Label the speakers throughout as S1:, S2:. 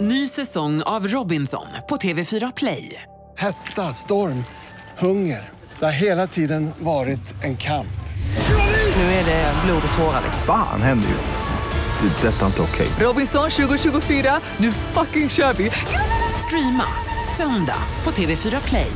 S1: Ny säsong av Robinson på TV4 Play.
S2: Hetta, storm, hunger. Det har hela tiden varit en kamp.
S1: Nu är det blod och tårar.
S3: Fan händer just nu. Det. är Detta är inte okej.
S1: Robinson 2024, nu fucking kör vi! Streama söndag på TV4 Play.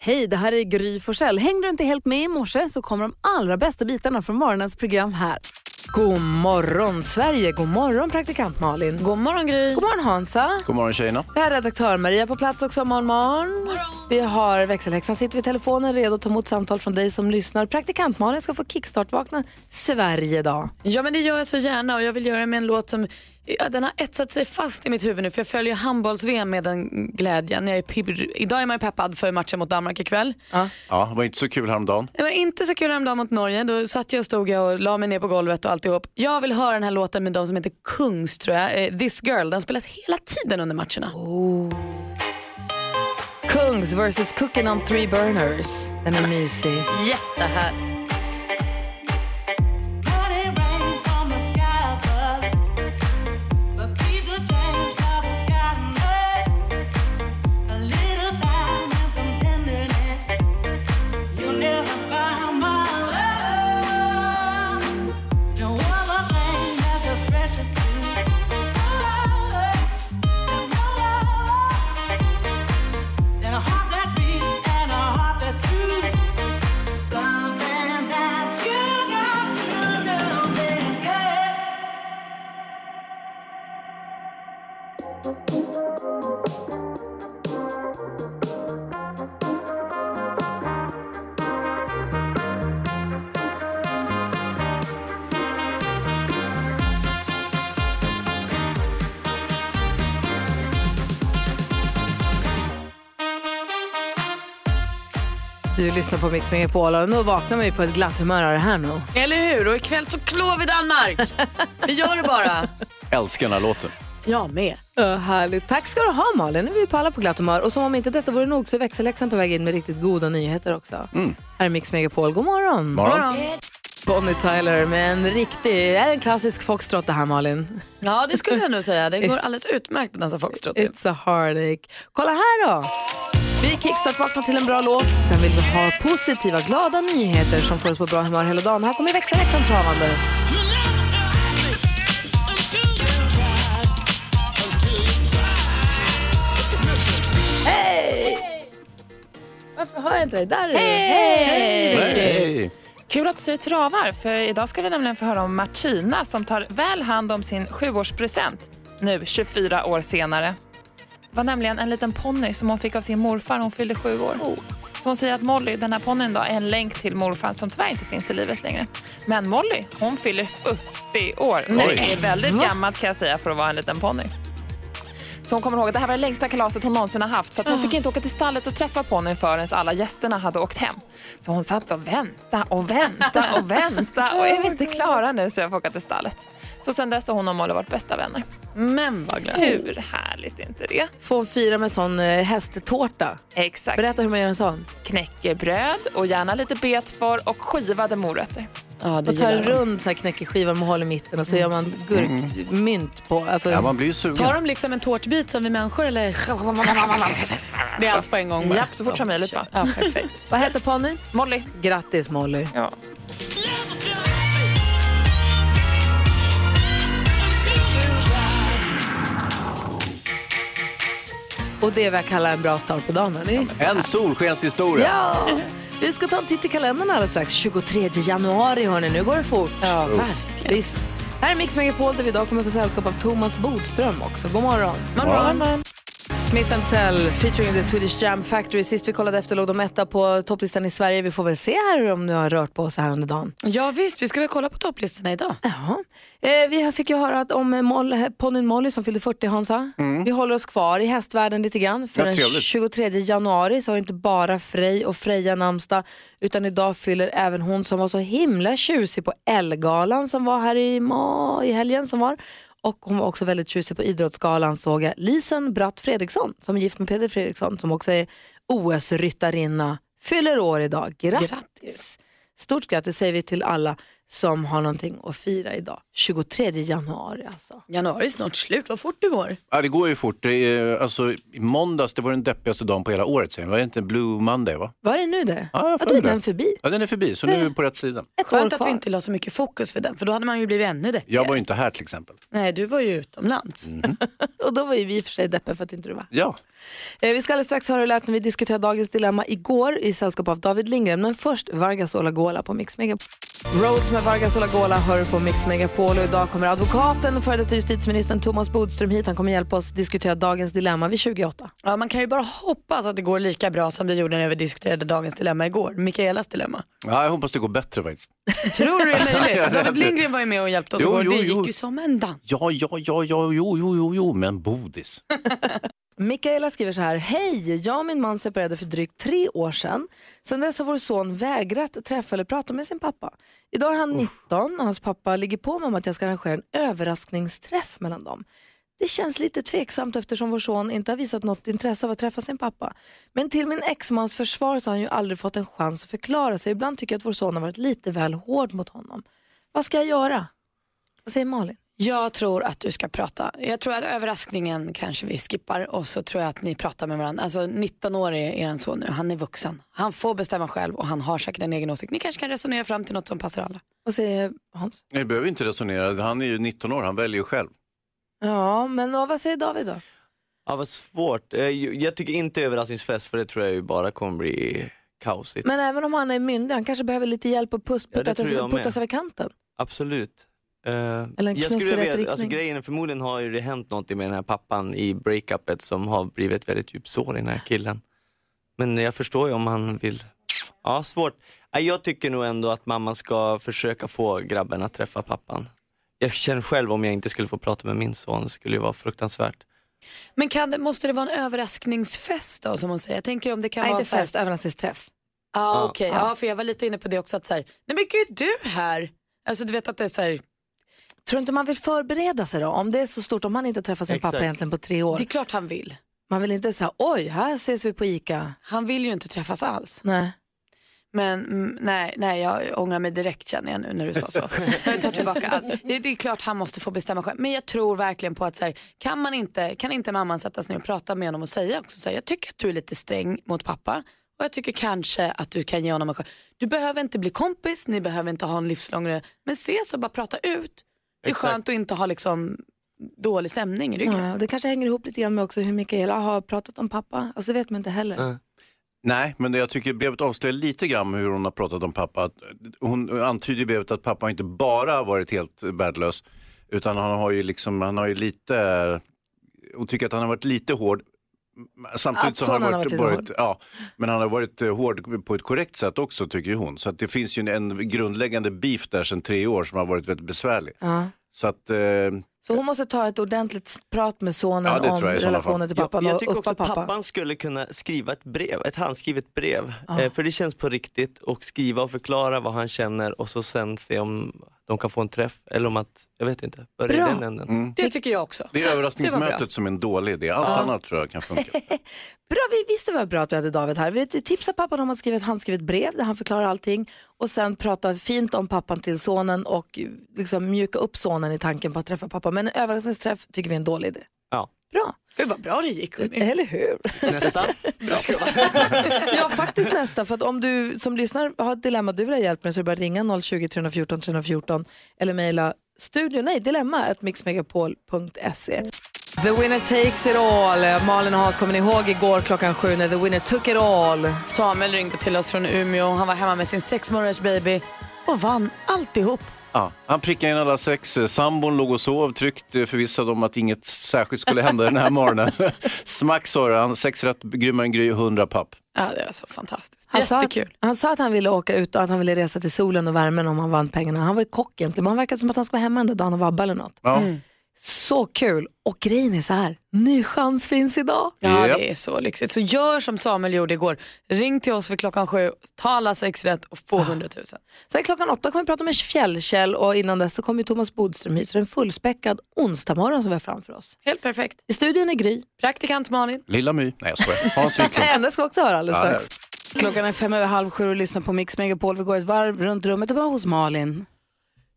S4: Hej, det här är Gry Forssell. Hängde du inte helt med i morse så kommer de allra bästa bitarna från morgonens program här.
S5: God morgon, Sverige. God morgon, praktikant Malin. God morgon, Gry. God morgon, Hansa.
S6: God morgon tjejerna.
S5: Vi har redaktör Maria på plats också. Morgon, morgon. Vi har växelhäxan sitter vid telefonen redo att ta emot samtal från dig som lyssnar. Praktikant Malin ska få kickstart-vakna Sverige dag.
S7: Ja men det gör jag så gärna och jag vill göra det med en låt som ja, den har etsat sig fast i mitt huvud nu för jag följer handbolls-VM med den glädjen. Jag är pib- Idag är man ju peppad för matchen mot Danmark ikväll.
S6: Ja, det var inte så kul häromdagen.
S7: Det var inte så kul häromdagen mot Norge. Då satt jag och stod jag och la mig ner på golvet och alltihop. Jag vill höra den här låten med de som heter Kungs tror jag. Eh, This Girl. Den spelas hela tiden under matcherna.
S5: Oh. Kungs vs Cooking on three burners. Den är mysig.
S7: Jättehärlig.
S5: Du lyssnar på Mix Megapol och nu vaknar man ju på ett glatt humör av det här nu.
S7: Eller hur? Och ikväll så klår vi Danmark. vi gör det bara.
S6: Älskar den här låten.
S7: Jag med.
S5: Ja, härligt. Tack ska du ha Malin. Nu är vi på alla på glatt humör. Och som om inte detta vore nog så är växelläxan på väg in med riktigt goda nyheter också. Här är Mix Megapol. God morgon.
S6: Morgon.
S5: Bonnie Tyler med en riktig, är en klassisk foxtrot det här Malin.
S7: Ja det skulle jag nog säga. Det går alldeles utmärkt att dansa foxtrot. till.
S5: It's a heartache. Kolla här då. Vi kickstart-vaknar till en bra låt. Sen vill vi ha positiva, glada nyheter som får oss på bra humör hela dagen. Här kommer växelläxan travandes. Hej! Varför hör jag inte dig? Där är du. Hej!
S6: Hej!
S8: Kul att du säger travar, för idag ska vi nämligen få höra om Martina som tar väl hand om sin sjuårspresent nu 24 år senare. Det var nämligen en liten ponny som hon fick av sin morfar. Hon fyllde sju år. Så hon säger att Molly, den här ponnyn då, är en länk till morfar som tyvärr inte finns i livet längre. Men Molly, hon fyller 40 år. Det är väldigt gammalt kan jag säga för att vara en liten ponny. Så hon kommer ihåg att det här var det längsta kalaset hon någonsin har haft för att hon fick inte åka till stallet och träffa ponnyn förrän alla gästerna hade åkt hem. Så hon satt och väntade och väntade och väntade och är vi inte klara nu så jag får åka till stallet. Så sen dess har hon och Molly varit bästa vänner.
S7: Men vad glad.
S8: Hur härligt är inte det?
S5: Får fira med sån eh, hästtårta.
S8: Exakt.
S5: Berätta hur man gör en sån.
S8: Knäckebröd och gärna lite betför och skivade morötter.
S7: Ja, det
S5: Man tar
S7: gillar
S5: en
S7: de.
S5: rund så här knäckeskiva med hål i mitten och så gör man gurkmynt på. Alltså,
S6: Mm. Ja, man blir ju sugen.
S7: Tar de liksom en tårtbit som vi människor eller? Det är allt på en gång bara.
S8: Japp, så fort som möjligt bara.
S7: Ja, perfekt.
S5: Vad heter ponnyn?
S8: Molly.
S5: Grattis Molly.
S8: Ja.
S5: Och det är vad jag kallar en bra start på dagen. Hörni.
S6: En solskenshistoria.
S5: Alltså, Ja. Vi ska ta en titt i kalendern alldeles strax. 23 januari hörni, nu går det fort. Ja, verkligen. Visst. Här är Mix Megapol där vi idag kommer få sällskap av Thomas Bodström också. God morgon. Smith Tell featuring the Swedish Jam Factory. Sist vi kollade efter låg de etta på topplistan i Sverige. Vi får väl se här om du har rört på oss här under dagen.
S7: Ja visst, vi ska väl kolla på topplistorna idag.
S5: Ja. Eh, vi fick ju höra att om eh, Moll, ponnyn Molly som fyllde 40 Hansa. Vi håller oss kvar i hästvärlden lite grann. För
S6: Ja,
S5: den
S6: trevligt.
S5: 23 januari så har inte bara Frej och Freja namnsdag utan idag fyller även hon som var så himla tjusig på Ellegalan som var här i, ma- i helgen som var. Och hon var också väldigt tjusig på Idrottsgalan såg jag. Lisen Bratt Fredriksson som är gift med Peder Fredriksson som också är OS-ryttarinna fyller år idag. Grattis! Stort grattis säger vi till alla. som har någonting att fira idag. 23 januari alltså.
S7: Januari är snart slut, vad fort det går.
S6: Ja, det går ju fort. Det är, alltså, I måndags det var den deppigaste dagen på hela året. Sen. Var det inte Blue Monday? Va?
S5: Var är nu det?
S6: Ja, jag
S5: Ja,
S6: har
S5: då är
S6: för mig
S5: den
S6: det.
S5: förbi.
S6: Ja, den är förbi, så nu är vi på rätt sida.
S5: Ett år
S7: Skönt att
S5: kvar.
S7: vi inte la så mycket fokus för den, för då hade man ju blivit ännu det.
S6: Jag var ju inte här till exempel.
S7: Nej, du var ju
S6: Mm.
S7: utomlands.
S5: Och Mm. då var ju vi i och för sig deppiga för att inte du var
S6: Ja,
S5: Eh, Vi ska alldeles strax höra hur det lät när vi diskuterade dagens dilemma igår i sällskap av David Lindgren. Men först Vargas Olagola på Mix Megapol. Rhodes med Vargas Olagola hör på Mix Megapol och idag kommer advokaten och före detta justitieministern Thomas Bodström hit. Han kommer hjälpa oss diskutera dagens dilemma vid 28.
S7: Ja, man kan ju bara hoppas att det går lika bra som det gjorde när vi diskuterade dagens dilemma igår, Mikaelas dilemma.
S6: ja jag hoppas det går bättre faktiskt.
S7: Tror du det är
S6: Ja,
S7: möjligt?
S6: det-
S7: David Lindgren var ju med och hjälpte oss
S6: Jo,
S7: igår,
S6: jo,
S7: det
S6: jo.
S7: gick ju som en dans.
S6: Ja, ja, ja, ja, jo, jo, jo, jo, men bodis.
S5: Mikaela skriver så här. Hej! Jag och min man separerade för drygt tre år sedan. Sedan dess har vår son vägrat träffa eller prata med sin pappa. Idag är han 19 och hans pappa ligger på mig om att jag ska arrangera en överraskningsträff mellan dem. Det känns lite tveksamt eftersom vår son inte har visat något intresse av att träffa sin pappa. Men till min exmans försvar så har han ju aldrig fått en chans att förklara sig. Ibland tycker jag att vår son har varit lite väl hård mot honom. Vad ska jag göra? Vad säger Malin?
S7: Jag tror att du ska prata. Jag tror att överraskningen kanske vi skippar och så tror jag att ni pratar med varandra. Alltså 19 år är er son nu, han är vuxen. Han får bestämma själv och han har säkert en egen åsikt. Ni kanske kan resonera fram till något som passar alla.
S5: Vad säger Hans?
S6: Ni behöver inte resonera, han är ju 19 år, han väljer ju själv.
S5: Ja, men vad säger David då?
S9: Ja vad svårt. Eh, ju- Jag tycker inte överraskningsfest för det tror jag ju bara kommer bli kaosigt.
S5: Men även om han är myndig, han kanske behöver lite hjälp att puss,
S9: Ja, det
S5: puttas,
S9: tror jag med.
S5: puttas över kanten.
S9: Absolut. Eh,
S5: Eller en
S9: jag
S5: knuff i
S9: skulle
S5: rätt
S9: vilja- alltså,
S5: riktning.
S9: grejen är förmodligen har ju det hänt någonting med den här pappan i breakupet som har blivit ett väldigt djupt sår i den här killen. Men jag förstår ju om han vill. Ja, svårt. Nej, Jag tycker nog ändå att mamman ska försöka få grabben att träffa pappan. Jag känner själv om jag inte skulle få prata med min son, det skulle ju vara fruktansvärt.
S7: Men kan det, måste det vara en överraskningsfest då som hon säger? Jag tänker om det kan
S5: Nej,
S7: vara
S5: inte
S7: så här-
S5: fest, överraskningsträff.
S7: Ja,
S9: Ja.
S7: okej. Ja, för jag var lite inne på det också att så här, nej men gud du här. Alltså du vet att det är så här,
S5: Tror du inte man vill förbereda sig då? Om det är så stort, om han inte träffar sin
S9: Exakt.
S5: pappa egentligen på tre år.
S7: det är klart han vill.
S5: Man vill inte säga, oj, här ses vi på ICA.
S7: Han vill ju inte träffas alls.
S5: Nej.
S7: Men mm, nej, nej, jag ångrar mig direkt känner jag nu när du sa så. Jag tar tillbaka allt. Det, det är klart han måste få bestämma själv. Men jag tror verkligen på att så här, kan, man inte, kan inte mamman sätta sig ner och prata med honom och säga också så här, jag tycker att du är lite sträng mot pappa och jag tycker kanske att du kan ge honom en chans. Du behöver inte bli kompis, ni behöver inte ha en livslång re- men ses och bara prata ut. Det är
S9: Exakt.
S7: skönt att inte ha liksom dålig stämning i ryggen.
S5: Ja, och det kanske hänger ihop lite grann med också hur Mikaela har pratat om pappa. Alltså det vet man inte heller.
S9: Mm.
S6: Nej, men det jag tycker brevet avslöjar lite grann hur hon har pratat om pappa. Att Hon antyder i brevet att pappa inte bara har varit helt värdelös, utan han har ju liksom, han har ju lite, hon tycker att han har varit lite hård. Samtidigt
S5: Att
S6: så har han
S5: sonen
S6: varit,
S5: har
S6: varit,
S5: varit lite
S6: ja, men han har varit eh, hård på ett korrekt sätt också tycker ju hon. Så att det finns ju en, en grundläggande beef där sedan tre år som har varit väldigt besvärlig.
S5: Ja.
S6: Så att, eh,
S5: Så hon måste ta ett ordentligt prat med sonen
S6: Ja, det
S5: om
S6: tror jag i sådana fall.
S5: relationen till pappan
S9: jag, jag
S5: och
S9: tycker
S5: uppa
S9: också att
S5: pappan.
S9: pappan skulle kunna skriva ett brev, ett handskrivet brev. Eh, för det känns på riktigt och skriva och förklara vad han känner och så sen se om de kan få en träff eller om att, jag vet inte, börja
S5: Bra. Mm.
S9: i den änden.
S7: Det tycker jag också.
S6: Mm. det är överraskningsmötet som är en dålig idé, allt annat tror jag kan funka.
S5: Bra, vi visste det var bra att vi hade David här. Vi tipsar pappan om att skriva ett handskrivet brev där han förklarar allting och sen prata fint om pappan till sonen och liksom mjuka upp sonen i tanken på att träffa pappa. Men en överraskningsträff tycker vi är en dålig idé.
S9: Ja.
S5: Bra,
S7: Gud vad bra det gick. hörni.
S5: eller hur?
S9: Nästa.
S5: Ja, faktiskt nästa. För att om du som lyssnar har ett dilemma du vill ha hjälp med så är det bara att ringa 020 314 314 eller mejla studion, nej dilemma, at mixmegapol.se. The winner takes it all. Malin och Hans, kommer ni ihåg igår klockan sju när the winner took it all?
S7: Samuel ringde till oss från Umeå. Han var hemma med sin sex månaders baby och vann alltihop.
S6: Ja, han prickade in alla sex. Sambon låg och sov tryggt eh, förvissad om att inget särskilt skulle hända den här morgonen. Smack sa det, han sex rätt, grymmare än Gry, 100 papp.
S7: Ja, det var så fantastiskt.
S5: Han sa, att,
S7: Jättekul.
S5: han sa att han ville åka ut och att han ville resa till solen och värmen om han vann pengarna. Han var ju kock egentligen, men han verkade som att han skulle vara hemma den där dagen och vabba eller något.
S6: Ja.
S7: Mm.
S5: Så kul! Och grejen är så här, ny chans finns idag.
S7: Ja,
S6: Japp.
S7: det är så lyxigt. Så gör som Samuel gjorde igår. Ring till oss för klockan sju, tala sex rätt och få 100 000.
S5: Sen klockan åtta kommer vi prata med Fjällkäll och innan dess så kommer ju Thomas Bodström hit. Så det är en fullspäckad onsdagmorgon som vi har framför oss.
S7: Helt perfekt.
S5: I studion är Gry.
S7: Praktikant Malin.
S6: Lilla My. Nej, jag skojar. Hans Wiklund.
S5: Henne ska vi också höra alldeles
S6: Ja,
S5: strax. Klockan är fem över halv sju och lyssnar på Mix Megapol. Vi går ett varv runt rummet och börjar hos Malin.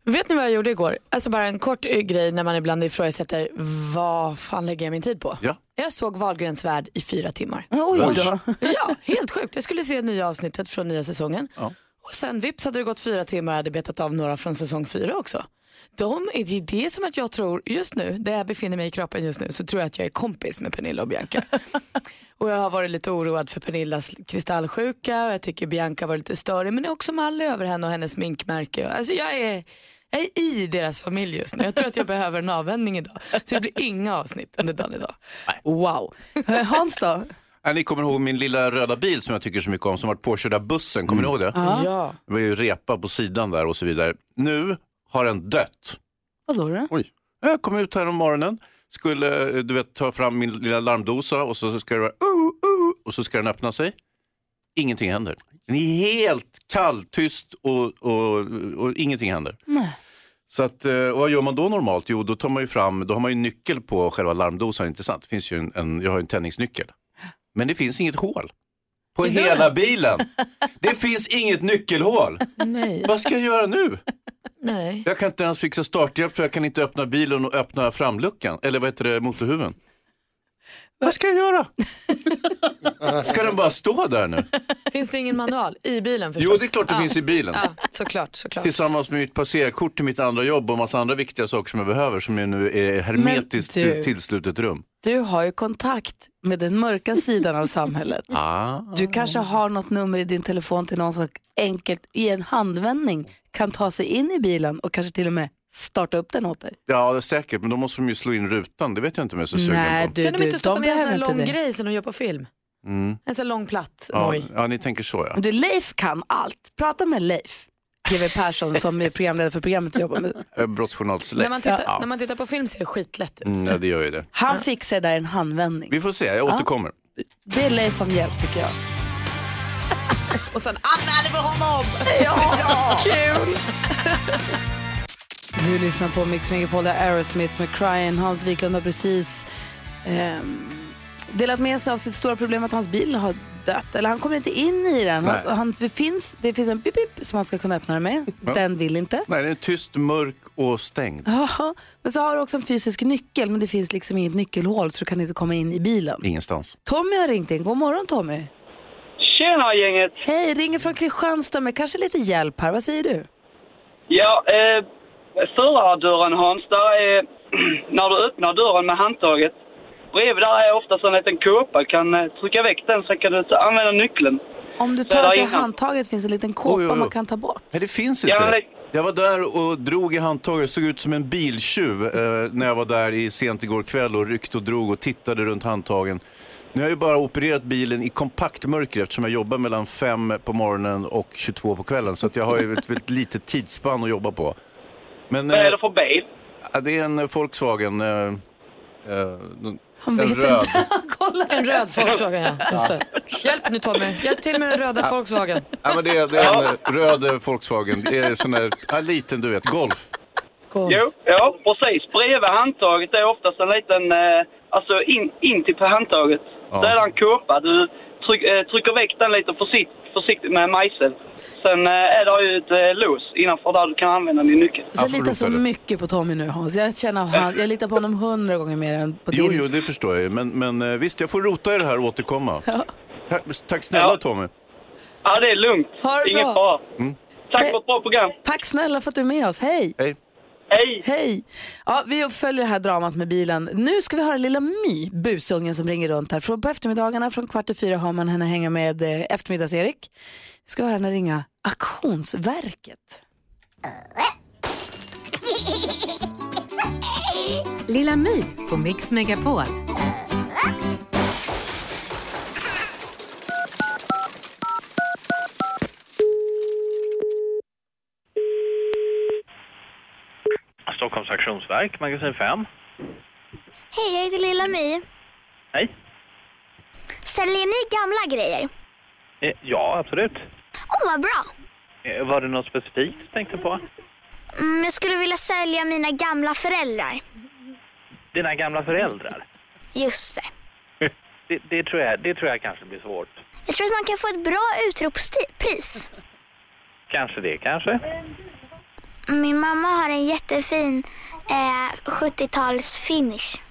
S7: Vet ni vad jag gjorde igår? Alltså bara en kort eh, grej när man ibland ifrågasätter vad fan lägger jag min tid på?
S6: Ja.
S7: Jag såg Wahlgrens värld i fyra timmar.
S5: Oj
S6: Oj.
S5: då.
S7: Ja, helt sjukt. Jag skulle se nya avsnittet från nya säsongen. Och sen vips hade det gått fyra timmar och jag hade betat av några från säsong fyra också. De, är det är det som att jag tror, just nu, där jag befinner mig i kroppen just nu, så tror jag att jag är kompis med Pernilla och Bianca. och jag har varit lite oroad för Pernillas kristallsjuka och jag tycker Bianca var lite störig, men det är också Mally över henne och hennes sminkmärke. Alltså jag är, jag är i deras familj just nu. Jag tror att jag behöver en avvändning idag. Så det blir inga avsnitt under dagen idag.
S5: Wow.
S6: Eh,
S5: Hans då?
S6: Ja, ni kommer ihåg min lilla röda bil som jag tycker så mycket om, som varit påkörd av bussen. Kommer ni ihåg det?
S7: Ja.
S6: Det var ju repa på sidan där och så vidare. Nu har den dött.
S5: Vad sa du?
S6: Jag kom ut här om morgonen, skulle eh, du vet, ta fram min lilla larmdosa och så ska det vara uh, uh, och så ska den öppna sig. Ingenting händer. Den är helt kall, tyst och, och, och ingenting händer. Så att, eh, och vad gör man då normalt? Jo, då tar man ju fram, då har man ju nyckel på själva larmdosan, inte sant? Det finns ju en, en, jag har ju en tändningsnyckel. Men det finns inget hål på hela bilen. Det finns inget nyckelhål.
S7: Nej.
S6: Vad ska jag göra nu?
S7: Nej.
S6: Jag kan inte ens fixa starthjälp för jag kan inte öppna bilen och öppna framluckan, eller vad heter det, motorhuven. Vad ska jag göra? Ska den bara stå där nu?
S7: Finns det ingen manual i bilen förstås?
S6: Jo, det är klart det finns i bilen.
S7: Ja, såklart, såklart.
S6: Tillsammans med mitt passerkort till mitt andra jobb och massa andra viktiga saker som jag behöver som ju nu är hermetiskt
S5: Men du-
S6: tillslutet rum.
S5: Du har ju kontakt med den mörka sidan av samhället.
S6: Ah.
S5: Du kanske har något nummer i din telefon till någon som enkelt i en handvändning kan ta sig in i bilen och kanske till och med starta upp den åt dig.
S6: Ja, det är säkert, men då måste de ju slå in rutan. Det vet jag inte om jag är så sugen
S5: Nej,
S6: på.
S5: du,
S7: kan de
S5: du,
S7: inte stoppa
S5: de
S7: ner en sån
S5: behöver
S7: här
S5: inte
S7: lång
S5: det.
S7: grej som de gör på film?
S6: Mm.
S7: En sån lång platt
S6: Ja,
S7: noj.
S6: ja, ni tänker så ja.
S5: Du, Leif kan allt. Prata med Leif. GW Persson som är programledare för programmet och jobbar med.
S6: Eh, Brottsjournalsläpp.
S7: När man, tittar,
S6: Ja.
S7: när man tittar på film ser det skitlätt ut.
S6: Mm, ja, det gör ju det.
S5: Han fixar det där i en handvändning.
S6: Vi får se, jag återkommer.
S5: Be Leif om hjälp tycker jag.
S7: Och sen "Ah, använder vi honom!
S5: Du lyssnar på Mix Megapol, där Aerosmith med Crying. Hans Wiklund har precis ehm, delat med sig av sitt stora problem att hans bil har dött. Eller han kommer inte in i den. Han,
S6: Nej.
S5: han, det, finns, det finns en pip, pip som han ska kunna öppna den med. Den vill inte.
S6: Nej, den är tyst, mörk och stängd.
S5: Ja, men så har du också en fysisk nyckel men det finns liksom inget nyckelhål så du kan inte komma in i bilen.
S6: Ingenstans.
S5: Tommy har ringt in. God morgon Tommy.
S10: Tjena gänget!
S5: Hej, ringer från Kristianstad med kanske lite hjälp här. Vad säger du?
S10: Ja, eh, förardörren Hans, där är, när du öppnar dörren med handtaget, bredvid där är oftast en liten kåpa. Kan eh, trycka väck den så kan du ta- använda nyckeln.
S5: Om du
S10: Där
S5: tar sig
S10: inne.
S5: handtaget finns en liten kåpa
S6: Oj, oj, oj.
S5: man kan ta bort.
S6: Nej, det finns inte.
S10: Ja, men
S6: det.
S10: det-
S6: Jag var där och drog i handtaget och såg ut som en biltjuv eh, när jag var där i sent igår kväll och ryckte och drog och tittade runt handtagen. Nu har jag ju bara opererat bilen i kompakt mörker eftersom jag jobbar mellan 5 på morgonen och 22 på kvällen så att jag har ju ett väldigt litet tidsspann att jobba på. Men
S10: Vad
S6: eh,
S10: är det för bil?
S6: det är en Volkswagen, eh, eh,
S5: Han
S6: en
S5: vet
S6: röd.
S5: inte. Han kollar.
S7: En röd Volkswagen, ja. Just det. Hjälp nu Tommy, hjälp till med den röda Volkswagen.
S6: Ja, men det, är, det är en eh, röd eh, Volkswagen. Det är sån där, ja, liten du vet, Golf.
S10: Jo, ja precis. Bredvid handtaget är oftast en liten, eh, alltså in, in till på handtaget.
S6: Ja.
S10: Där är en kåpa. Du tryck, eh, trycker väck den lite försikt, försiktigt med mejsel. Sen eh, är det ju ett eh, lås innanför där du kan använda din nyckel.
S5: Så jag
S6: får
S5: litar
S6: ropa
S5: så
S6: det.
S5: mycket på Tommy nu Hans. Jag känner att han, jag litar på honom hundra gånger mer än på
S6: Jo,
S5: din.
S6: jo, det förstår jag ju. Men, men eh, visst, jag får rota i det här och återkomma. Tack, tack snälla
S10: Ja.
S6: Tommy.
S10: Ja, det är lugnt.
S5: Ha det bra.
S10: Ingen fara.
S6: Mm.
S10: Tack
S5: Hej.
S10: för ett bra program.
S5: Tack snälla för att du är med oss. Hej!
S6: Hej.
S10: Hej!
S5: Hej! Ja, vi följer det här dramat med bilen. Nu ska vi höra lilla My, busungen som ringer runt här. Från- På eftermiddagarna från kvart i fyra har man henne hänga med eh, eftermiddags-Erik. Vi ska höra henne ringa Auktionsverket.
S11: Lilla My på Mix Megapol.
S12: Stockholms auktionsverk, magasin 5.
S13: Hej, jag heter Lilla My.
S12: Hej.
S13: Säljer ni gamla grejer?
S12: Eh, Ja, absolut.
S13: Åh, vad bra!
S12: Eh, Var det något specifikt du tänkte på?
S13: Mm, jag skulle vilja sälja mina gamla föräldrar.
S12: Dina gamla föräldrar?
S13: Just det.
S12: Det, det, tror, jag, det tror jag kanske blir svårt.
S13: Jag tror att man kan få ett bra utropspris.
S12: Kanske det, kanske.
S13: Min mamma har en jättefin eh, 70-tals finish.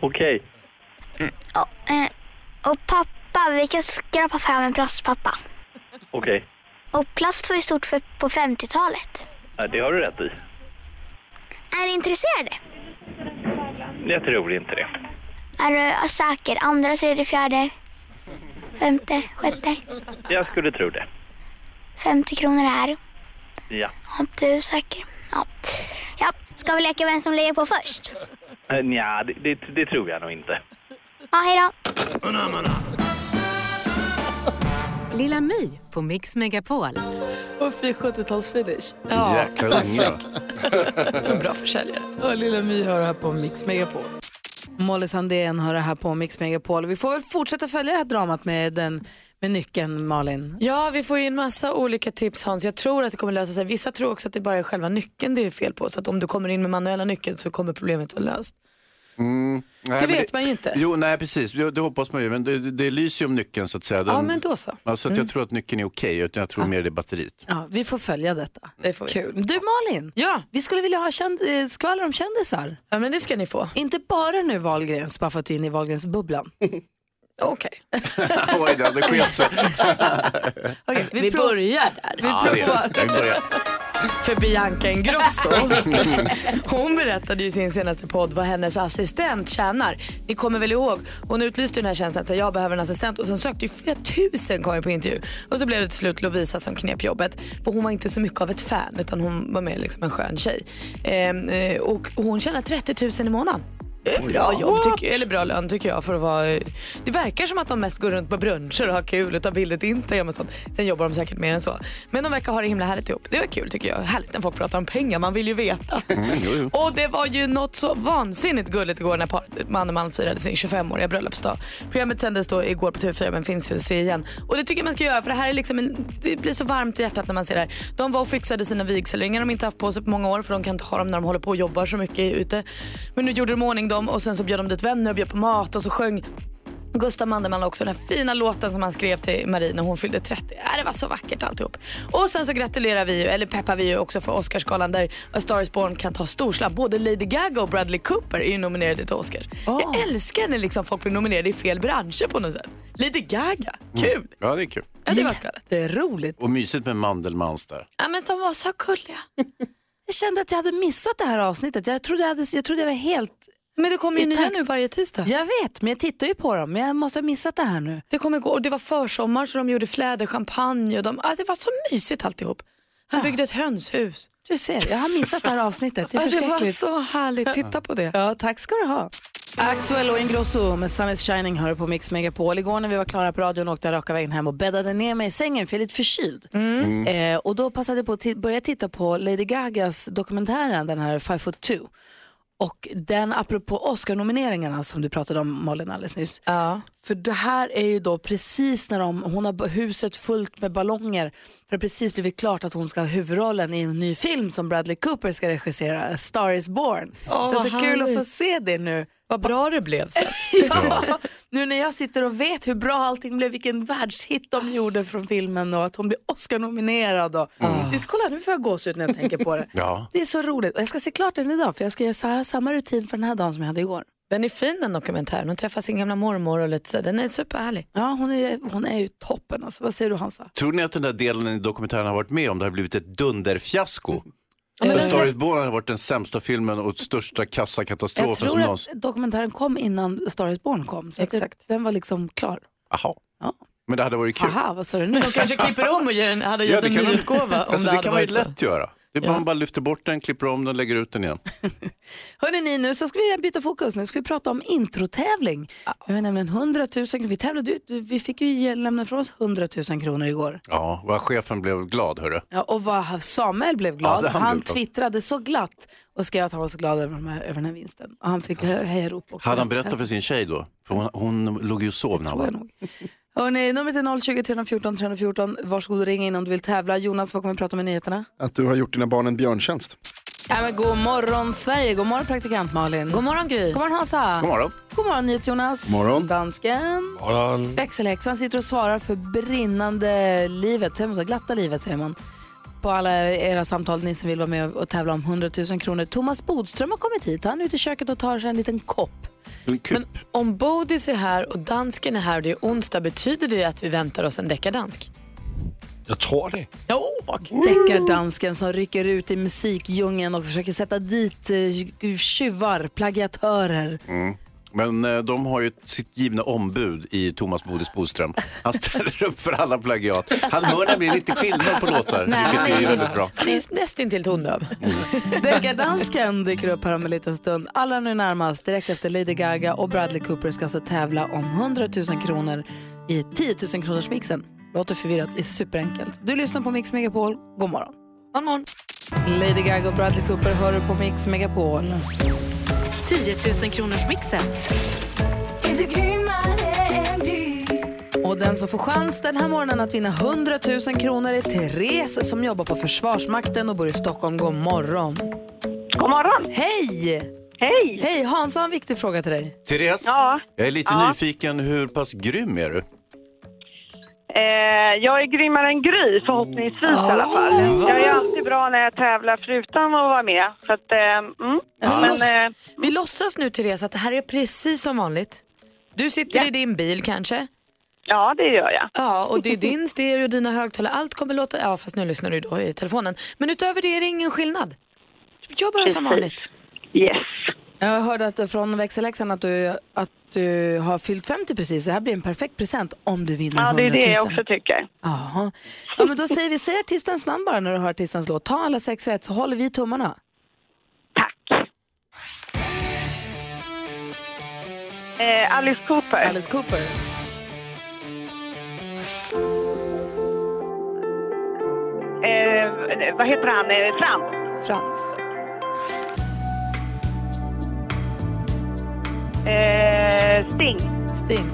S12: Okej.
S13: Och, eh, och pappa, vi kan skrapa fram en plastpappa.
S12: Okej.
S13: Och plast var ju stort för, på 50-talet.
S12: Ja, Det har du rätt i.
S13: Är du intresserad?
S12: Jag tror inte det.
S13: Är du säker? Andra, tredje, fjärde, femte, sjätte.
S12: Jag skulle tro det.
S13: 50 kronor här.
S12: Ja.
S13: Om du är säker. Ja. ja. Ska vi leka vem som lägger på först?
S12: Eh, Nja, det, det, det tror jag nog inte.
S13: Ja, hej då.
S11: Lilla My på Mix Megapol.
S5: Och fy 70-talsfinish.
S6: Jäkla länge.
S5: Bra försäljare. Och lilla My har det här på Mix Megapol. Molly Sandén har det här på Mix Megapol. Vi får väl fortsätta följa det här dramat med, den, med nyckeln, Malin.
S7: Ja, vi får ju en massa olika tips Hans. Jag tror att det kommer lösa sig. Vissa tror också att det bara är själva nyckeln det är fel på. Så att om du kommer in med manuella nyckeln så kommer problemet vara löst.
S6: Mm. Nej,
S7: det
S6: men
S7: vet man ju inte.
S6: Jo, nej precis. Jo, Det hoppas man ju. Men det, det- det lyser ju om nyckeln så att säga. Den,
S7: Ja, men då så.
S6: Ja, så att
S7: Mm.
S6: jag tror att nyckeln är okej, utan jag tror mer det är batteriet.
S5: Ja, vi får följa detta.
S7: Det får vi.
S5: Kul. Du Malin, ja. vi skulle vilja ha känd, eh, skvaller om kändisar.
S7: Ja men det ska ni få.
S5: Inte bara nu Wahlgrens, bara för att du är inne i Wahlgrens-bubblan.
S7: Okej.
S6: Oj då, det sket sig.
S5: Okej,
S7: Äh, Vi
S5: prov-
S7: börjar där.
S5: Vi
S6: Ja, det
S5: provar.
S6: jag börjar. Mm.
S7: För Bianca Ingrosso, hon berättade ju i sin senaste podd vad hennes assistent tjänar. Ni kommer väl ihåg, hon utlyste ju den här tjänsten så här, jag behöver en assistent och sen sökte ju flera tusen kom ju på intervju. Och så blev det till slut Lovisa som knep jobbet. För hon var inte så mycket av ett fan utan hon var mer liksom en skön tjej. Ehm, eh, och hon tjänar 30 000 i månaden. Det är Eh, Bra jobb, tycker, eller bra lön tycker jag för att vara... Det verkar som att de mest går runt på bruncher och har kul och tar bilder till Instagram och sånt. Sen jobbar de säkert mer än så. Men de verkar ha det himla härligt ihop. Det var kul tycker jag. Härligt när folk pratar om pengar, man vill ju veta.
S6: Mm,
S7: Och det var ju något så vansinnigt gulligt igår när paret, man och man firade sin 25-åriga bröllopsdag. Programmet sändes då igår på TV4 men finns ju att se igen. Och det tycker jag man ska göra för det här är liksom en, det blir så varmt i hjärtat när man ser det här. De var och fixade sina vigselringar de inte haft på sig på många år för de kan inte ha dem när de håller på och jobbar så mycket ute. Men nu gjorde de i ordning dem och sen så bjöd de dit vänner och bjöd på mat och så sjöng Gustav Mandelmann också, den här fina låten som han skrev till Marie när hon fyllde 30. Äh, det var så vackert alltihop. Och sen så gratulerar vi ju, eller peppar vi ju också för Oscarsgalan där A Star Is Born kan ta storslapp. Både Lady Gaga och Bradley Cooper är ju nominerade till Oscars.
S5: Ah.
S7: Jag älskar när liksom folk blir nominerade i fel branscher på något sätt. Lady Gaga, kul!
S6: Mm. Ja, det är kul.
S7: Ja, det var skadat.
S5: Det är roligt.
S6: Och mysigt med Mandelmans där.
S5: Ja, men de var så gulliga. jag kände att jag hade missat det här avsnittet. Jag trodde jag, hade, jag, trodde jag var helt...
S7: Men det kommer ju
S5: i
S7: nya
S5: takt.
S7: nu varje tisdag.
S5: Jag vet, men jag tittar ju på dem. Men jag måste ha missat det här nu.
S7: Det kommer gå och det var försommar så de gjorde fläder, champagne och de, ah, det var så mysigt alltihop. Han byggde ett hönshus.
S5: Ah. Du ser, jag har missat det här avsnittet. Det är
S7: Ja, det var
S5: förskräckligt.
S7: så härligt, titta på det.
S5: Ja, tack ska du ha. Axwell och Ingrosso med Sun is shining hör på Mix Megapol. Igår när vi var klara på radion åkte jag raka vägen hem och bäddade ner mig i sängen för jag är lite förkyld.
S7: Mm.
S6: Mm.
S5: Eh, och då passade jag på att ti- börja titta på Lady Gagas dokumentären, den här Five foot two. Och den, apropå Oscar-nomineringarna som du pratade om Malin alldeles nyss. För det här är ju då precis när de, hon har b- huset fullt med ballonger. För det har precis blivit klart att hon ska ha huvudrollen i en ny film som Bradley Cooper ska regissera, A Star is born.
S7: Åh,
S5: så det är så
S7: vad
S5: kul att få
S7: härligt.
S5: se det nu.
S7: Vad bra det blev sen.
S5: Ja, nu när jag sitter och vet hur bra allting blev, vilken världshit de gjorde från filmen och att hon blev Oscar-nominerad. Och... Visst, kolla nu får jag gåshud när jag tänker på det.
S6: Ja.
S5: Det är så roligt. Och jag ska se klart den idag för jag ska göra sa- samma rutin för den här dagen som jag hade igår.
S7: Den är fin den dokumentären. Hon träffar sin gamla mormor och lite så. Den är superhärlig.
S5: Ja, hon är, hon är ju toppen alltså. Vad säger du Hansa?
S6: Tror ni att den där delen i dokumentären har varit med om det har blivit ett dunderfiasko?
S5: men
S6: A
S5: den-
S6: Star is Born har varit den sämsta filmen och största
S5: Jag
S6: kassakatastrofen som
S5: tror
S6: någonsin...
S5: att dokumentären kom innan A Star is Born kom. Så att det,
S7: Exakt.
S5: den var liksom klar.
S6: Jaha. Men det hade varit kul.
S5: Aha, vad sa du nu?
S7: De kanske klipper om och ger en, hade
S6: Ja,
S7: gett
S6: det
S7: en
S6: kan
S7: ny
S6: man-
S7: utgåva om
S6: alltså,
S7: det
S6: det,
S7: hade
S6: kan man ju
S7: varit så.
S6: lätt göra. Det är bara man bara lyfter bort den, klipper om den, lägger ut den igen.
S5: Hörrni, ni, nu så ska vi byta fokus. Nu ska vi prata om introtävling. Vi har nämligen 100 000 kronor. Vi tävlade ut, vi fick ju ge- lämna från oss 100 000 kronor igår.
S6: Ja, vad chefen blev glad hörru.
S5: Ja, och vad Samuel blev glad.
S6: det Alltså, han
S5: han
S6: blev glad.
S5: twittrade så glatt och skrev att han var så glad över, de här, över den här vinsten. Och han fick he- hejarop också.
S6: Hade han berättat för sin tjej då? För hon, hon låg ju och sov när han var
S5: Hörrni, numret är 020 314 314. Varsågod och ring in om du vill tävla. Jonas, vad kommer vi prata om i nyheterna?
S14: Att du har gjort dina barn en björntjänst.
S5: Ja, men god morgon Sverige, god morgon praktikant Malin. God morgon Gry. God morgon Hansa.
S14: God morgon.
S5: God morgon NyhetsJonas.
S14: God morgon.
S5: Dansken. Växelhäxan sitter och svarar för brinnande livet, säger man så? Glatta livet säger man. på alla era samtal, ni som vill vara med och tävla om 100 000 kronor. Thomas Bodström har kommit hit. Han är ute i köket och tar sig en liten kopp.
S7: Men om Bodis är här och dansken är här och det är onsdag, betyder det att vi väntar oss en deckardansk?
S15: Jag tror det.
S5: Deckardansken som rycker ut i musikdjungeln och försöker sätta dit eh, tjuvar, plagiatörer.
S6: Mm. Men eh, de har ju sitt givna ombud i Thomas Bodis Bodström. Han ställer upp för alla plagiat. Han hör nämligen inte skillnad på låtar,
S5: Nej, han
S6: vilket
S5: är-
S6: är väldigt bra.
S7: Han är ju nästintill tondöv.
S5: Deckardansken dyker upp här om en liten stund. Allra nu närmast, direkt efter Lady Gaga och Bradley Cooper ska alltså tävla om 100 000 kronor i 10 000 kronors mixen. Låter förvirrat, är superenkelt. Du lyssnar på Mix Megapol. God morgon. God morgon. Lady Gaga och Bradley Cooper hör du på Mix Megapol.
S11: 10 000 kronors mixen.
S5: Och den som får chans den här morgonen att vinna 100 000 kronor är Therese som jobbar på Försvarsmakten och bor i Stockholm. God morgon. God morgon. Hej! Hej! Hej, Hans har en viktig fråga till dig.
S6: Therese,
S16: Ja.
S6: jag är lite
S16: Ja.
S6: nyfiken. Hur pass grym är du?
S16: Eh, jag är grymmare än Gry, förhoppningsvis i alla fall. Jag är alltid bra när jag tävlar förutan att vara med. Så att, eh, mm. Men,
S7: låts-
S16: eh,
S7: Vi låtsas nu Therese att det här är precis som vanligt. Du sitter i din bil kanske?
S16: Ja, det gör jag.
S7: Ja, och det är din stereo, dina högtalare, allt kommer låta... Ja, fast nu lyssnar du då i telefonen. Men utöver det är det ingen skillnad. Gör bara som vanligt.
S16: Yes.
S5: Jag hörde att från växelläxan att du, att du har fyllt 50 precis. Det här blir en perfekt present om du vinner
S16: ja, det
S5: 100
S16: är
S5: 000.
S16: det jag också tycker.
S5: Jaha. Ja, men då säger vi, säg artistens namn bara när du hör artistens låt. Ta alla sex rätt så håller vi tummarna.
S16: Eh, Alice Cooper.
S5: Alice Cooper.
S16: Eh, vad heter han? Eh, Frans.
S5: Frans.
S16: Eh, Sting.
S5: Sting.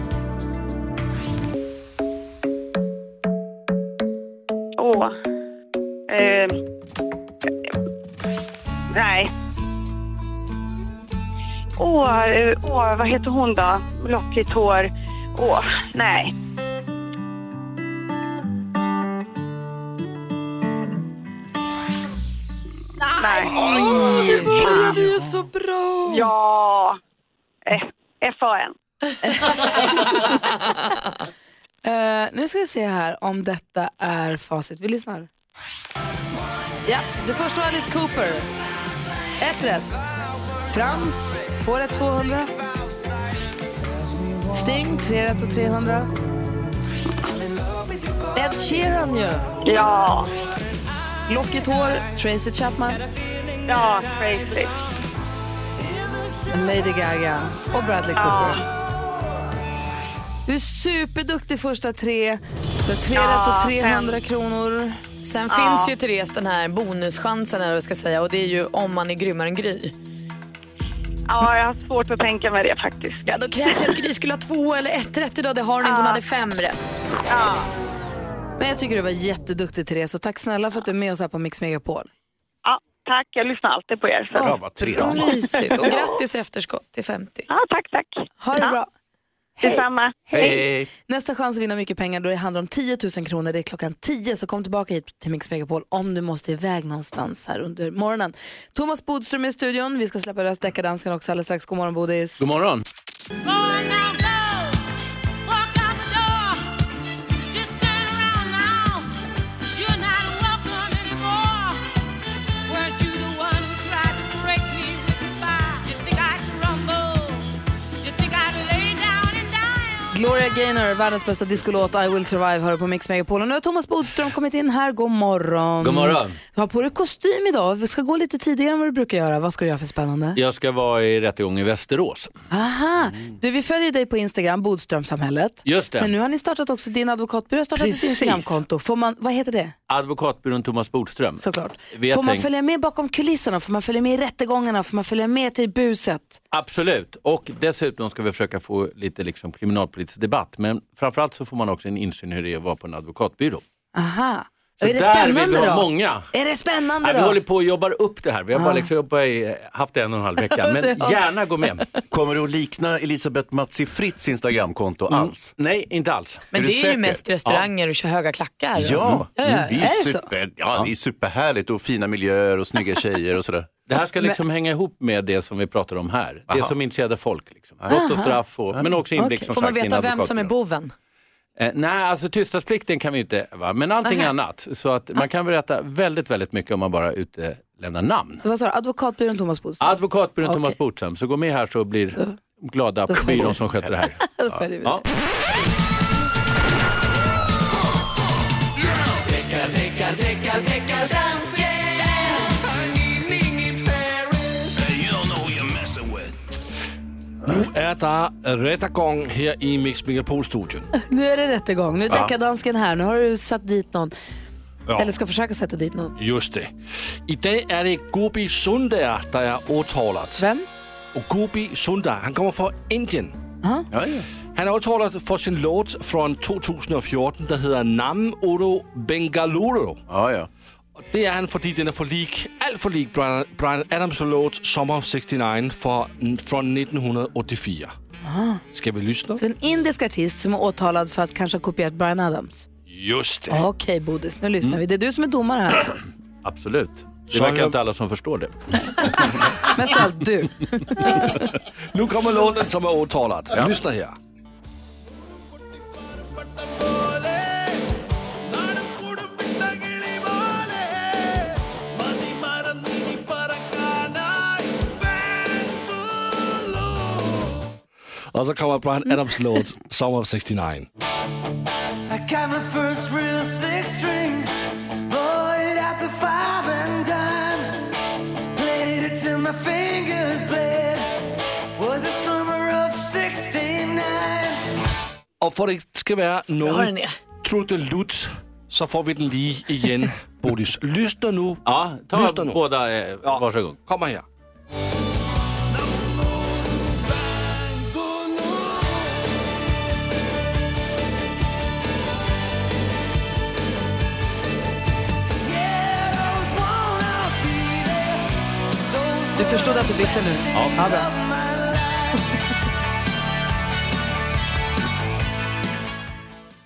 S16: Åh. Eh, nej. Åh, eh, åh, vad heter hon då? Lockigt hår. Åh, nej. Nej.
S7: Åh, det började
S16: ju så bra! Ja. Eh, FAN.
S5: Eh, nu ska vi se här om detta är facit. Vi lyssnar. Ja, du första var Alice Cooper. Ett rätt. Frans, två rätt 200. Sting, tre rätt och 300. Ed Sheeran ju.
S16: Ja.
S5: Lockigt hår, Tracy Chapman.
S16: Ja, Tracy.
S5: Lady Gaga och Bradley Cooper. Du är superduktig första tre. Du har tre
S7: Ja,
S5: rätt och 300
S7: fem.
S5: kronor.
S7: Sen
S5: Ja.
S7: finns ju Therese den här bonuschansen eller vad jag ska säga och det är ju om man är grymmare än Gry.
S16: Ja, jag har svårt att tänka mig det faktiskt.
S7: Ja, då krävs det att Gry skulle ha två eller ett rätt idag. Det har hon inte, hon
S5: Ja.
S7: hade fem rätt.
S5: Men jag tycker du var jätteduktig Therese och tack snälla för att du är med oss här på Mix Megapol.
S16: Ja, tack. Jag lyssnar alltid på er. Så.
S5: Ja, vad trevligt.
S7: Mysigt. Och grattis i efterskott till 50.
S16: Ja, tack, tack.
S5: Ha det bra. Hej.
S16: Detsamma.
S6: Hej.
S5: Nästa chans att vinna mycket pengar då det handlar om 10 000 kronor. Det är klockan 10 så kom tillbaka hit till Mix Megapol om du måste iväg någonstans här under morgonen. Thomas Bodström är i studion. Vi ska släppa lös deckardansken också alldeles strax. God morgon Bodis.
S17: God morgon.
S5: Gloria Gaynor, världens bästa discolåt I will survive, hör du på Mix Megapol. Och nu har Thomas Bodström kommit in här. God morgon.
S15: God morgon.
S5: Du har på dig kostym idag. Vi ska gå lite tidigare än vad du brukar göra. Vad ska du göra för spännande?
S15: Jag ska vara i rättegång i Västerås.
S5: Aha. Du, vi följer dig på Instagram, Bodströmsamhället.
S15: Mm. Just det.
S5: Men nu har ni startat också, din advokatbyrå har startat ett
S15: Precis.
S5: Instagramkonto. Får man, vad heter det?
S15: Advokatbyrån Thomas Bodström.
S5: Såklart.
S15: Vi har
S5: Får man
S15: tänkt-
S5: följa med bakom kulisserna? Får man följa med i rättegångarna? Får man följa med till buset?
S15: Absolut, och dessutom ska vi försöka få lite liksom kriminalpolitisk debatt. Men framförallt så får man också en insyn i hur det är att vara på en advokatbyrå.
S5: Aha. Och är det
S15: där vill
S5: spännande
S15: vi
S5: då?
S15: ha många.
S5: Är det spännande
S15: Nej, vi
S5: då?
S15: håller på och jobbar upp det här. Vi har bara
S5: Ah.
S15: liksom jobbat i, haft en och en halv vecka. Men
S5: Så-
S15: gärna gå med.
S6: Kommer du att likna Elisabeth Matsi Fritts Instagramkonto alls?
S15: Mm. Nej, inte alls.
S7: Men det är ju mest restauranger och kör höga klackar.
S6: Ja, Mm,
S7: ja,
S15: Mm,
S7: ja.
S6: Det,
S7: Är det
S6: är
S7: så?
S6: super, ja, det är superhärligt och fina miljöer och snygga tjejer och sådär.
S15: Det här ska liksom hänga ihop med det som vi pratar om här. Det
S6: Aha.
S15: som intresserar folk. Liksom. Brott
S7: Aha.
S15: och straff, och, men också inblick
S7: Okej.
S15: som
S7: Får
S15: sagt
S7: man
S15: i en
S7: veta vem som är
S15: advokatbyrå.
S7: boven?
S15: Eh, nej, alltså tystnadsplikten kan vi ju inte, va? men allting
S5: Nähä.
S15: annat. Så att
S5: Ah.
S15: man kan berätta väldigt, väldigt mycket om man bara utelämnar namn.
S5: Så vad sa du? Advokatbyrån Thomas Bodström?
S15: Advokatbyrån
S5: Okej.
S15: Thomas Bodström, så gå med här så blir glada byrån som sköter det här.
S5: Då följer vi det.
S15: Ja.
S3: Nu är det rättegång här i Mix Megapol-studion.
S5: Nu är det rättegång. Nu är
S3: Ja.
S5: deckardansken här. Nu har du satt dit någon.
S3: Ja.
S5: Eller ska försöka sätta dit någon.
S3: Just det. Idag är det Gopi Sundar där är åtalad.
S5: Vem?
S3: Och Gopi Sundar, han kommer från Indien. Han är åtalad för sin låt från 2014 där heter Nam Oro Bengaluru.
S6: Ja, ja.
S3: Det är han för att den är för lik, allt för lik Brian, Brian Adams låt Summer of 69 för, från 1984.
S5: Aha.
S3: Ska vi lyssna?
S5: Så en indisk artist som är åtalad för att kanske ha kopierat Brian Adams.
S3: Just det.
S5: Okej Bodis, nu lyssnar
S15: Mm.
S5: vi. Det är du som är domare här.
S15: Absolut. Det
S3: Så
S15: verkar
S3: jag-
S15: inte alla som förstår det.
S5: Mest av allt du.
S3: Nu kommer låten som är åtalad. Lyssna här. Och så Alltså, kommer Brian Adams låt Summer of 69.
S18: I got my first real six string, bought it at the five and dime. Played it till my fingers bled. Was the summer of 69.
S3: Och för att det ska vara
S18: har
S3: någon
S18: den, ja.
S3: trudelutt så får vi den lige igen. Bodis, lyssna nu.
S15: Ja, ta
S3: lyssna nu.
S15: båda
S3: øh,
S15: eh, varsin gång.
S3: Kommer här.
S5: Du förstod att du bytte nu?
S15: Ja.
S5: bra.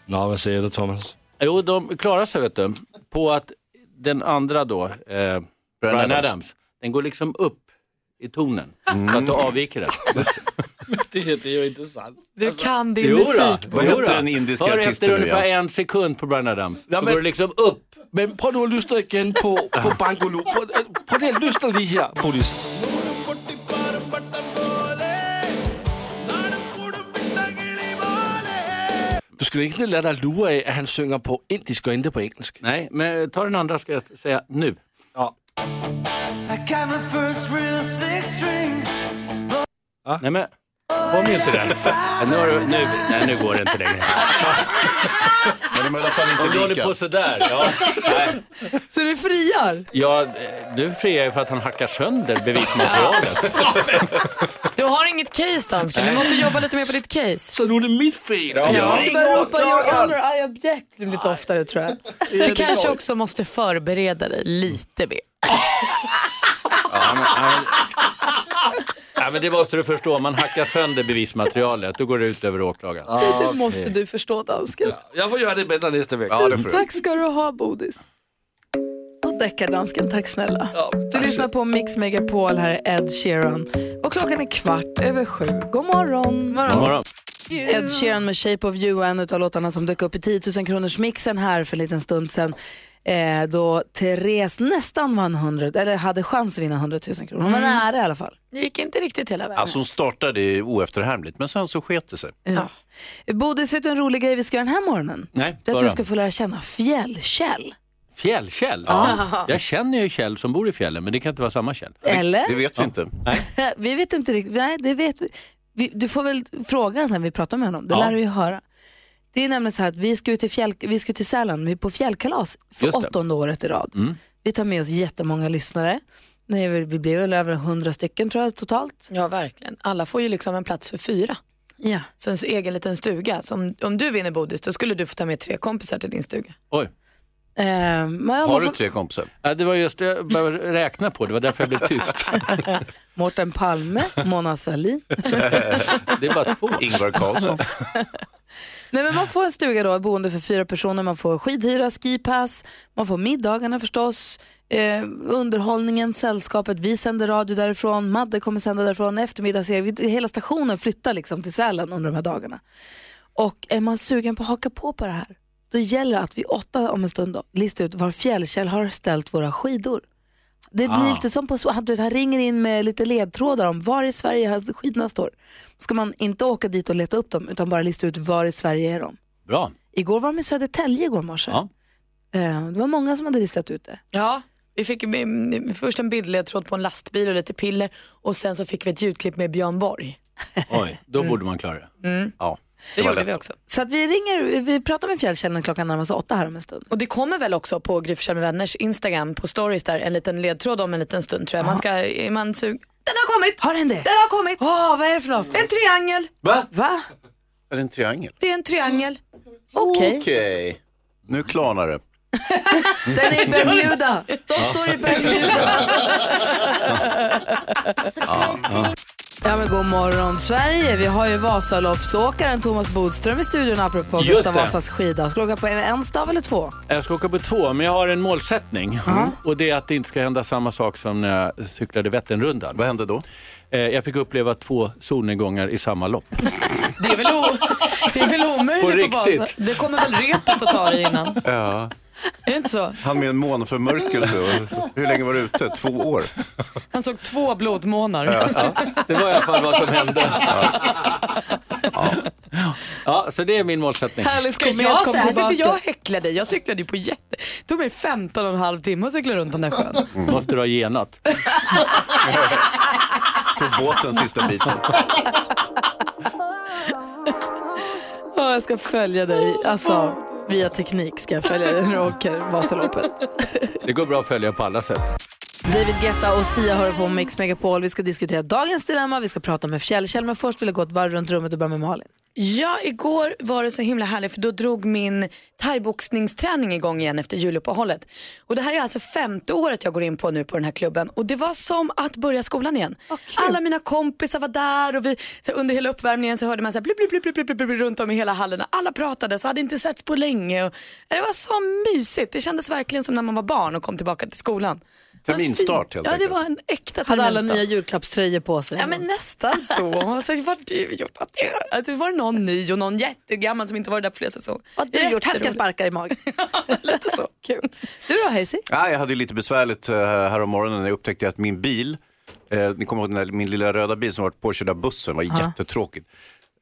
S3: Nå, vad säger du Thomas?
S15: Jo, de klarar sig vet du. På att den andra då, eh, Brian, Adams.
S3: Adams.
S15: den går liksom upp i tonen. Så att du avviker den.
S3: Det, det är ju inte sant.
S7: Du kan din
S15: Jo då,
S7: musik.
S15: jo då. Hör
S7: Hör
S15: efter ungefär en sekund på Brian Adams.
S3: Ja,
S15: så
S3: men-
S15: går det liksom upp.
S3: Men prøv nu at lytte igen på, på Bangolo. Prøv, øh, prøv lige at lytte lige her, Bodis. Du skal ikke lade dig lure af, at han synger på indisk og ikke på engelsk.
S15: Nej, men øh, ta den andra ska jag säga nu.
S18: I got my first real six string.
S15: Nej men, kom ju inte den. Nu, har du, nu, nej, nu går det inte längre.
S6: Men de är i alla fall inte
S15: Om du håller
S6: lika.
S15: på sådär. Ja, nej.
S5: Så du friar?
S15: ja, du friar ju för att han hackar sönder bevismaterialet.
S7: Du har inget case dansken, du måste jobba lite mer på ditt case.
S3: Så nu är det mitt fel.
S7: Ja.
S5: Du måste börja ropa your
S7: åklagaren.
S5: honor, I object lite oftare tror jag.
S7: Du kanske också måste förbereda dig lite mer.
S15: Ja, men, ja, men- ja, men det måste du förstå, om man hackar sönder bevismaterialet, då går det ut över åklagaren.
S5: Det måste du förstå dansken.
S3: Jeg får gøre det bedre næste vecka.
S5: Tack ska du ha Bodis. Och deckardansken, tack snälla. Du lyssnar på Mix Megapol, här är Ed Sheeran. Och klockan är kvart över sju. God morgon.
S15: God morgon.
S5: Ed Sheeran med Shape of You, en av låtarna som dök upp i 10 000 kronors mixen här för en liten stund sedan. Eh, då Therese nästan vann 100, eller hade chans att vinna 100 000 kronor. Hon var
S7: Mm.
S5: nära i alla fall.
S7: Det gick inte riktigt hela vägen.
S6: Alltså hon startade oefterhärmligt, men sen så sket det sig.
S5: Ja. Bodis, vet du en rolig grej vi ska göra den här morgonen?
S15: Nej,
S5: Det är att du
S15: vadå?
S5: ska få lära känna Fjällkäll.
S15: Fjällkäll?
S5: Ja.
S15: Jag känner ju Kjell som bor i fjällen, men det kan inte vara samma Kjell.
S5: Eller? Det
S6: vet vi inte.
S15: Nej.
S5: vi vet inte riktigt. Nej, det vet vi. vi. Du får väl fråga när vi pratar med honom. Det
S15: Ja.
S5: lär du ju höra. Det är nämligen så här att vi ska ut till, fjäll, vi ska ut till Sälen, vi är på fjällkalas för
S15: Just det.
S5: åttonde året i rad.
S15: Mm.
S5: Vi tar med oss jättemånga lyssnare. Nej, vi- Vi blir väl över hundra stycken tror jag totalt.
S7: Ja, verkligen. Alla får ju liksom en plats för fyra.
S5: Ja.
S7: Så en egen liten stuga. Så om, om du vinner Bodis, då skulle du få ta med tre kompisar till din stuga.
S15: Oj.
S5: Ehm, Har
S6: kompisar?
S15: Ja, det var just det jag började räkna på. Det var därför jag blev tyst.
S5: Mårten Palme, Mona Sahlin.
S15: det är bara två.
S6: Ingvar Carlsson.
S5: Nej, men man får en stuga då, boende för fyra personer, man får skidhyra, skipass, man får middagarna förstås, eh, underhållningen, sällskapet, vi sänder radio därifrån, Madde kommer sända därifrån, eftermiddags hela stationen flyttar liksom till Sälen under de här dagarna. Och är man sugen på att haka på på det här, då gäller det att vi åtta om en stund då, listar ut var Fjällkäll har ställt våra skidor. Det blir
S19: Ah.
S5: lite som på, han, du vet, han ringer in med lite ledtrådar om var i Sverige hans skidorna står. Ska man inte åka dit och leta upp dem utan bara lista ut var i Sverige är de.
S15: Bra.
S5: Igår var de i Södertälje igår morse. Eh, Det var många som hade listat ut det.
S7: Ja, vi fick mm, först en bildledtråd på en lastbil och lite piller och sen så fick vi ett ljudklipp med Björn Borg.
S15: Oj, då borde man klara det.
S7: Mm.
S6: Ja,
S7: Det, gjorde vi också.
S5: Så att vi ringer, vi pratar med fjällkällan klockan närmar sig åtta här om en stund.
S7: Och det kommer väl också på Gry Forssell med vänners Instagram på stories där en liten ledtråd om en liten stund tror jag. Man ska, är man sug... Den har kommit!
S5: Har den det?
S7: Den har kommit!
S5: Åh, vad är det för något?
S7: En triangel!
S6: Va?
S5: Va?
S6: Är det en triangel?
S7: Det är en triangel.
S6: Okej. Nu klarnar det.
S5: Den är i Bermuda.
S6: Ja.
S5: De står i Bermuda. Ja, men god morgon Sverige. Vi har ju Vasaloppsåkaren Thomas Bodström i studion apropå
S15: Just
S5: Gustav
S15: det.
S5: Vasas skida. Ska du åka på en stav eller två?
S15: Jag ska åka på två, men jag har en målsättning. Och det är att det inte ska hända samma sak som när jag cyklade Vätternrundan. Eh,
S6: Vad hände då?
S15: Jag fick uppleva två solnedgångar i samma lopp.
S7: Det är väl, o... det är väl
S15: På
S7: omöjligt att bara...
S15: riktigt.
S7: Det kommer väl repet att ta dig innan?
S6: Ja.
S7: Är det inte så?
S6: Han med en månförmörkelse. Och Hur länge var du ute? Två år?
S7: Han såg två blodmånar.
S15: Det var i alla fall vad som hände. Ja. Ja, så det är min målsättning.
S7: Härligt, ska jag säga, här sitter jag och häcklar dig. Jag cyklade ju på jätte... Det tog mig 15 och en halv timme att cykla runt den där sjön.
S6: Mm.
S15: Måste du ha genat?
S6: Tog båten sista biten.
S5: Ja, jag ska följa dig. Alltså, via teknik ska jag följa dig när du åker Vasaloppet.
S15: Det går bra att följa på alla sätt.
S5: David Guetta och Sia hör på Mix Megapol. Vi ska diskutera dagens dilemma, vi ska prata med Fjällkäll, men först vill jag gå ett varv runt rummet och börja med Malin.
S7: Ja, igår var det så himla härligt för då drog min thaiboxningsträning igång igen efter juluppehållet. Och det här är alltså femte året jag går in på nu på den här klubben och det var som att börja skolan igen. Alla mina kompisar var där och vi, så här, under hela uppvärmningen så hörde man så här, blub, blub, blub, blub, blub, blub, runt om i hela hallen. Alla pratade så hade inte setts på länge. Och, det var så mysigt. Det kändes verkligen som när man var barn och kom tillbaka till skolan. Det var en fin-
S6: Terminstart, helt
S7: Ja, det
S6: enkelt.
S7: var en äkta
S5: Hade alla
S7: terminstart.
S5: nya julklappströjor på sig?
S7: Ja men nästan så. Alltså, vad har du gjort? Att det, att det var någon ny och någon jättegammal som inte varit där på flera säsonger.
S5: Vad har du gjort? Här ska jag sparka i magen.
S7: Lite så.
S5: Kul. Du då Hazy?
S6: Ja, jag hade ju lite besvärligt eh, här om morgonen när jag upptäckte att min bil, eh, ni kommer ihåg den där, min lilla röda bil som var påkörd av bussen, var
S5: Ja.
S6: jättetråkigt.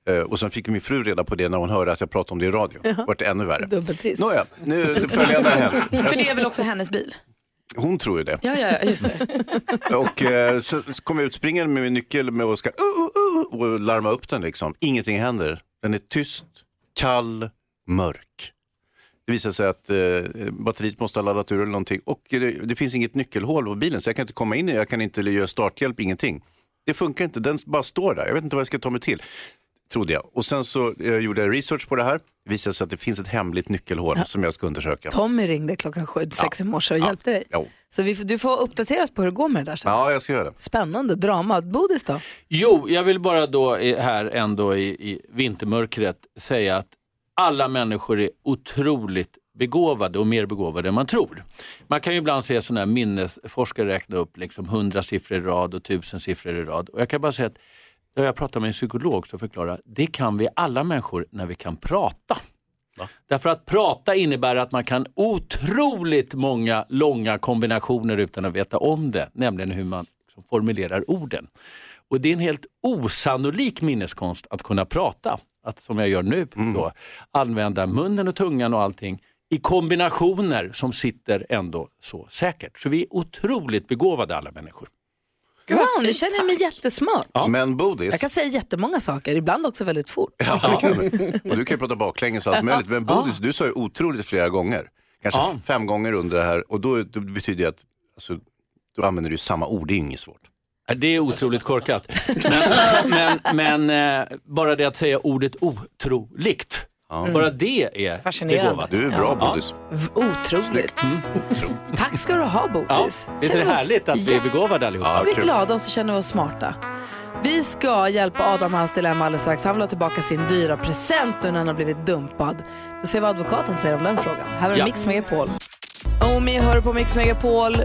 S6: Eh, och sen fick min fru reda på det när hon hörde att jag pratade om det i radio.
S7: Ja.
S6: Vart det ännu värre.
S5: Dubbeltrist.
S6: Nåja, nu följande har hänt.
S7: För det är väl också hennes bil?
S6: Hon tror ju det.
S7: Ja, ja, ja, just det.
S6: Och eh, så så kom jag utspringande med min nyckel med och ska uh, uh, uh, och larma upp den liksom. Ingenting händer. Den är tyst, kall, mörk. Det visar sig att eh, batteriet måste ha laddat ur eller någonting och det, det finns inget nyckelhål på bilen så jag kan inte komma in i jag kan inte göra starthjälp, ingenting. Det funkar inte, den bara står där. Jag vet inte vad jag ska ta mig till, trodde jag. Och sen så eh, gjorde jag research på det här. Det visade sig att det finns ett hemligt nyckelhål som jag ska undersöka.
S5: Tommy ringde klockan sju, sex i morse och hjälpte dig.
S6: Jo.
S5: Så vi, får- du får uppdateras på hur det går med det där sen.
S6: Ja, jag ska göra det.
S5: Spännande drama. Bodis då?
S15: Jo, jag vill bara då i- här ändå i, i vintermörkret säga att alla människor är otroligt begåvade och mer begåvade än man tror. Man kan ju ibland se sådana här minnesforskare räkna upp liksom hundra siffror i rad och tusen siffror i rad. Och jag kan bara säga att när jag pratade med en psykolog som förklarade det kan vi alla människor när vi kan prata. Därför att prata innebär att man kan otroligt många långa kombinationer utan att veta om det, nämligen hur man liksom formulerar orden. Och det är en helt osannolik minneskonst att kunna prata, att, som jag gör nu, då, använda munnen och tungan och allting i kombinationer som sitter ändå så säkert. Så vi är otroligt begåvade alla människor.
S5: Wow, nu känner jag mig jättesmart.
S6: Men Bodis.
S5: Jag kan säga jättemånga saker, ibland också väldigt fort.
S6: Ja, och du kan ju prata baklänges och allt möjligt. Men Bodis, du sa ju otroligt flera gånger. Kanske
S5: Ja.
S6: fem gånger under det här. Och då, då betyder det att alltså, du använder ju samma ord, det är inget svårt.
S15: Ja, Det är otroligt korkat. Men, men, men eh, bara det att säga ordet otroligt
S7: Mm.
S15: Bara det är
S5: Fascinerande.
S15: begåvat.
S5: Du är bra, Bodis. V- Otroligt.
S15: Snyggt. Mm.
S5: Tack ska du ha, Bodis.
S15: Ja, visst är det
S5: Känner oss
S15: härligt att vi är
S5: jätte-
S15: begåvade allihopa?
S5: vi är glada och så känner vi oss smarta. Vi ska hjälpa Adam med hans dilemma alldeles strax. Han vill ha tillbaka sin dyra present nu när han har blivit dumpad. Vi får se vad advokaten säger om den frågan. Här är
S19: Ja.
S5: Mix Megapol. Omi hör på Mix Megapol.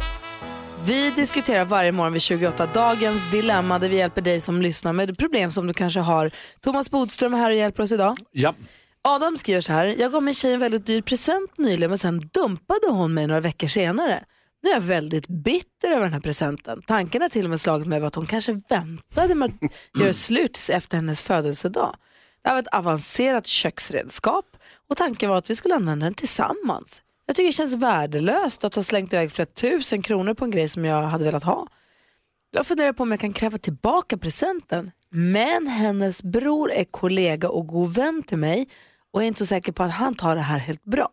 S5: Vi diskuterar varje morgon vid 28 dagens dilemma där vi hjälper dig som lyssnar med problem som du kanske har. Thomas Bodström är här och hjälper oss idag.
S3: Ja.
S5: Adam skriver så här, jag gav min tjej en väldigt dyr present nyligen men sen dumpade hon mig några veckor senare. Nu är jag väldigt bitter över den här presenten. Tanken har till och med slagit mig att hon kanske väntade med att göra slut tills efter hennes födelsedag. Det här var ett avancerat köksredskap och tanken var att vi skulle använda den tillsammans. Jag tycker det känns värdelöst att ha slängt iväg flera tusen kronor på en grej som jag hade velat ha. Jag funderar på om jag kan kräva tillbaka presenten. Men hennes bror är kollega och god vän till mig och jag är inte så säker på att han tar det här helt bra.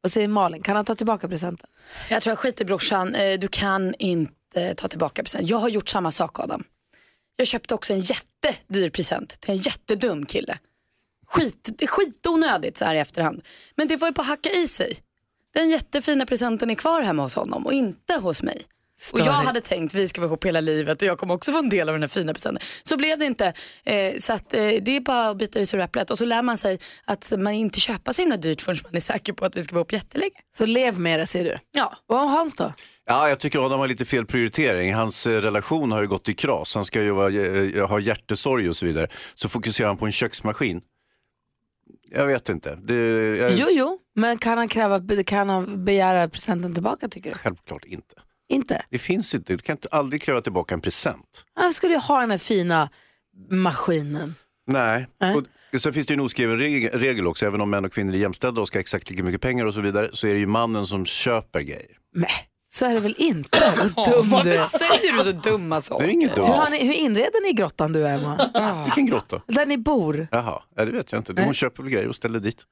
S5: Vad säger Malin, kan han ta tillbaka presenten?
S7: Jag tror jag skiter i brorsan. Eh, Du kan inte ta tillbaka present. Jag har gjort samma sak Adam. Jag köpte också en jättedyr present till en jättedum kille. Skit, det är skitonödigt så här i efterhand. Men det var ju på att hacka i sig. Den jättefina presenten är kvar hemma hos honom och inte hos mig. Och jag
S19: Störigt.
S7: hade tänkt vi ska vara ihop hela livet och jag kommer också få en del av den här fina presenten. Så blev det inte. Eh, så att, eh, det är bara att bita i sura äpplet. Och så lär man sig att man inte köper så himla dyrt förrän man är säker på att vi ska vara ihop jättelänge.
S5: Så lev med det säger du?
S7: Ja.
S5: Och Hans då?
S6: Ja, jag tycker Adam har lite fel prioritering. Hans eh, relation har ju gått i kras. Han ska ju vara, eh, ha hjärtesorg och så vidare. Så fokuserar han på en köksmaskin. Jag vet inte. Det, jag,
S5: Jo, jo, men kan han, kräva, kan han begära presenten tillbaka tycker du?
S6: Självklart inte.
S5: Inte?
S6: Det finns inte. Du kan inte, aldrig kräva tillbaka en present.
S5: Han skulle ju ha den här fina maskinen.
S6: Nej. Och sen finns det ju en oskriven reg- regel också. Även om män och kvinnor är jämställda och ska ha exakt lika mycket pengar och så vidare så är det ju mannen som köper grejer.
S5: Nej, så är det väl inte? Vad dum
S7: Varför
S5: du är.
S7: säger du så dumma saker?
S6: Det är inget dumt.
S5: Hur, har ni, hur inreder ni grottan du Emma?
S6: Vilken grotta?
S5: Där ni bor?
S6: Jaha, ja, det vet jag inte. Hon köper väl grejer och ställer dit.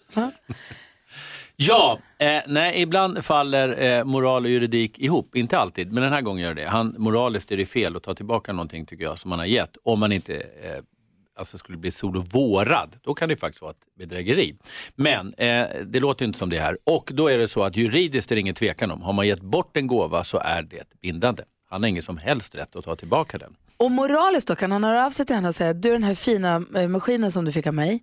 S15: Ja, eh, nej, ibland faller eh, moral och juridik ihop. Inte alltid, men den här gången gör det Han, Moraliskt är det fel att ta tillbaka någonting tycker jag som man har gett. Om man inte eh, alltså skulle bli sol och vårad, då kan det faktiskt vara ett bedrägeri. Men eh, det låter ju inte som det här. Och då är det så att juridiskt är det ingen tvekan om. Har man gett bort en gåva så är det bindande. Han har ingen som helst rätt att ta tillbaka den.
S5: Och moraliskt då, kan han höra av sig till henne och säga, du den här fina eh, maskinen som du fick av mig,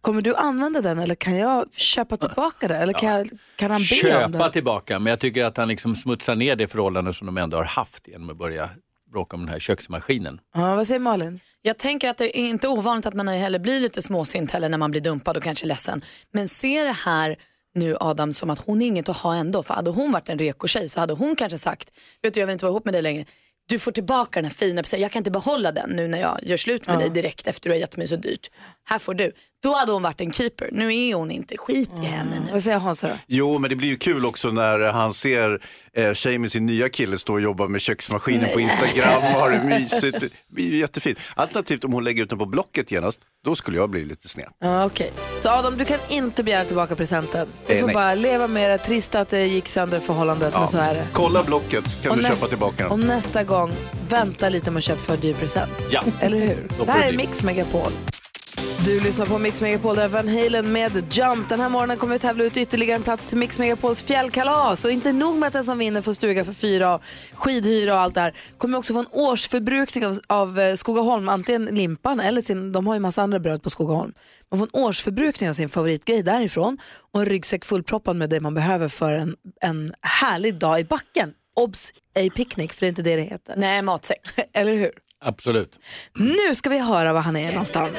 S5: kommer du använda den eller kan jag köpa tillbaka den? Eller kan, jag, kan han be om
S15: Köpa
S5: den?
S15: tillbaka, men jag tycker att han liksom smutsar ner det förhållande som de ändå har haft genom att börja bråka om den här köksmaskinen.
S5: Ja, vad säger Malin?
S7: Jag tänker att det är inte ovanligt att man heller blir lite småsint heller när man blir dumpad och kanske ledsen. Men se det här nu Adam som att hon är inget att ha ändå. För hade hon varit en reko tjej så hade hon kanske sagt, vet du jag vill inte vara ihop med dig längre. Du får tillbaka den här fina presenten, jag kan inte behålla den nu när jag gör slut med
S5: Ja.
S7: dig direkt efter du har gett mig så dyrt. Här får du. Då hade hon varit en keeper, nu är hon inte, skit i henne nu.
S5: Mm. Vad säger Hans då?
S6: Jo, men det blir ju kul också när han ser eh, tjej med sin nya kille stå och jobba med köksmaskinen på Instagram och har det mysigt. Det blir ju jättefint. Alternativt om hon lägger ut den på Blocket genast, då skulle jag bli lite sned.
S5: Ja, okej. Så Adam, du kan inte begära tillbaka presenten. Du
S6: Eh,
S5: får
S6: nej.
S5: bara leva med det, trist att det gick sönder förhållandet, men så är det.
S6: Kolla Blocket, kan
S5: Och
S6: du
S5: näst-
S6: köpa tillbaka
S5: Och
S6: den.
S5: nästa gång, vänta lite med att köpa för dyr present.
S6: Ja.
S5: Eller hur?
S6: Då
S5: Det här
S6: blir
S5: är
S6: det.
S5: Mix Megapol. Du lyssnar på Mix Megapol, där Van Halen med Jump. Den här morgonen kommer vi tävla ut ytterligare en plats till Mix Megapols fjällkalas. Och inte nog med att den som vinner får stuga för fyra och skidhyra och allt det här. Kommer också få en årsförbrukning av, av eh, Skogaholm, antingen limpan eller sin, de har ju massa andra bröd på Skogaholm. Man får en årsförbrukning av sin favoritgrej därifrån och en ryggsäck fullproppad med det man behöver för en, en härlig dag i backen. Obs! Ej picknick, för det är inte det det heter.
S7: Nej, matsäck.
S5: eller hur?
S15: Absolut.
S5: Nu ska vi höra var han är någonstans.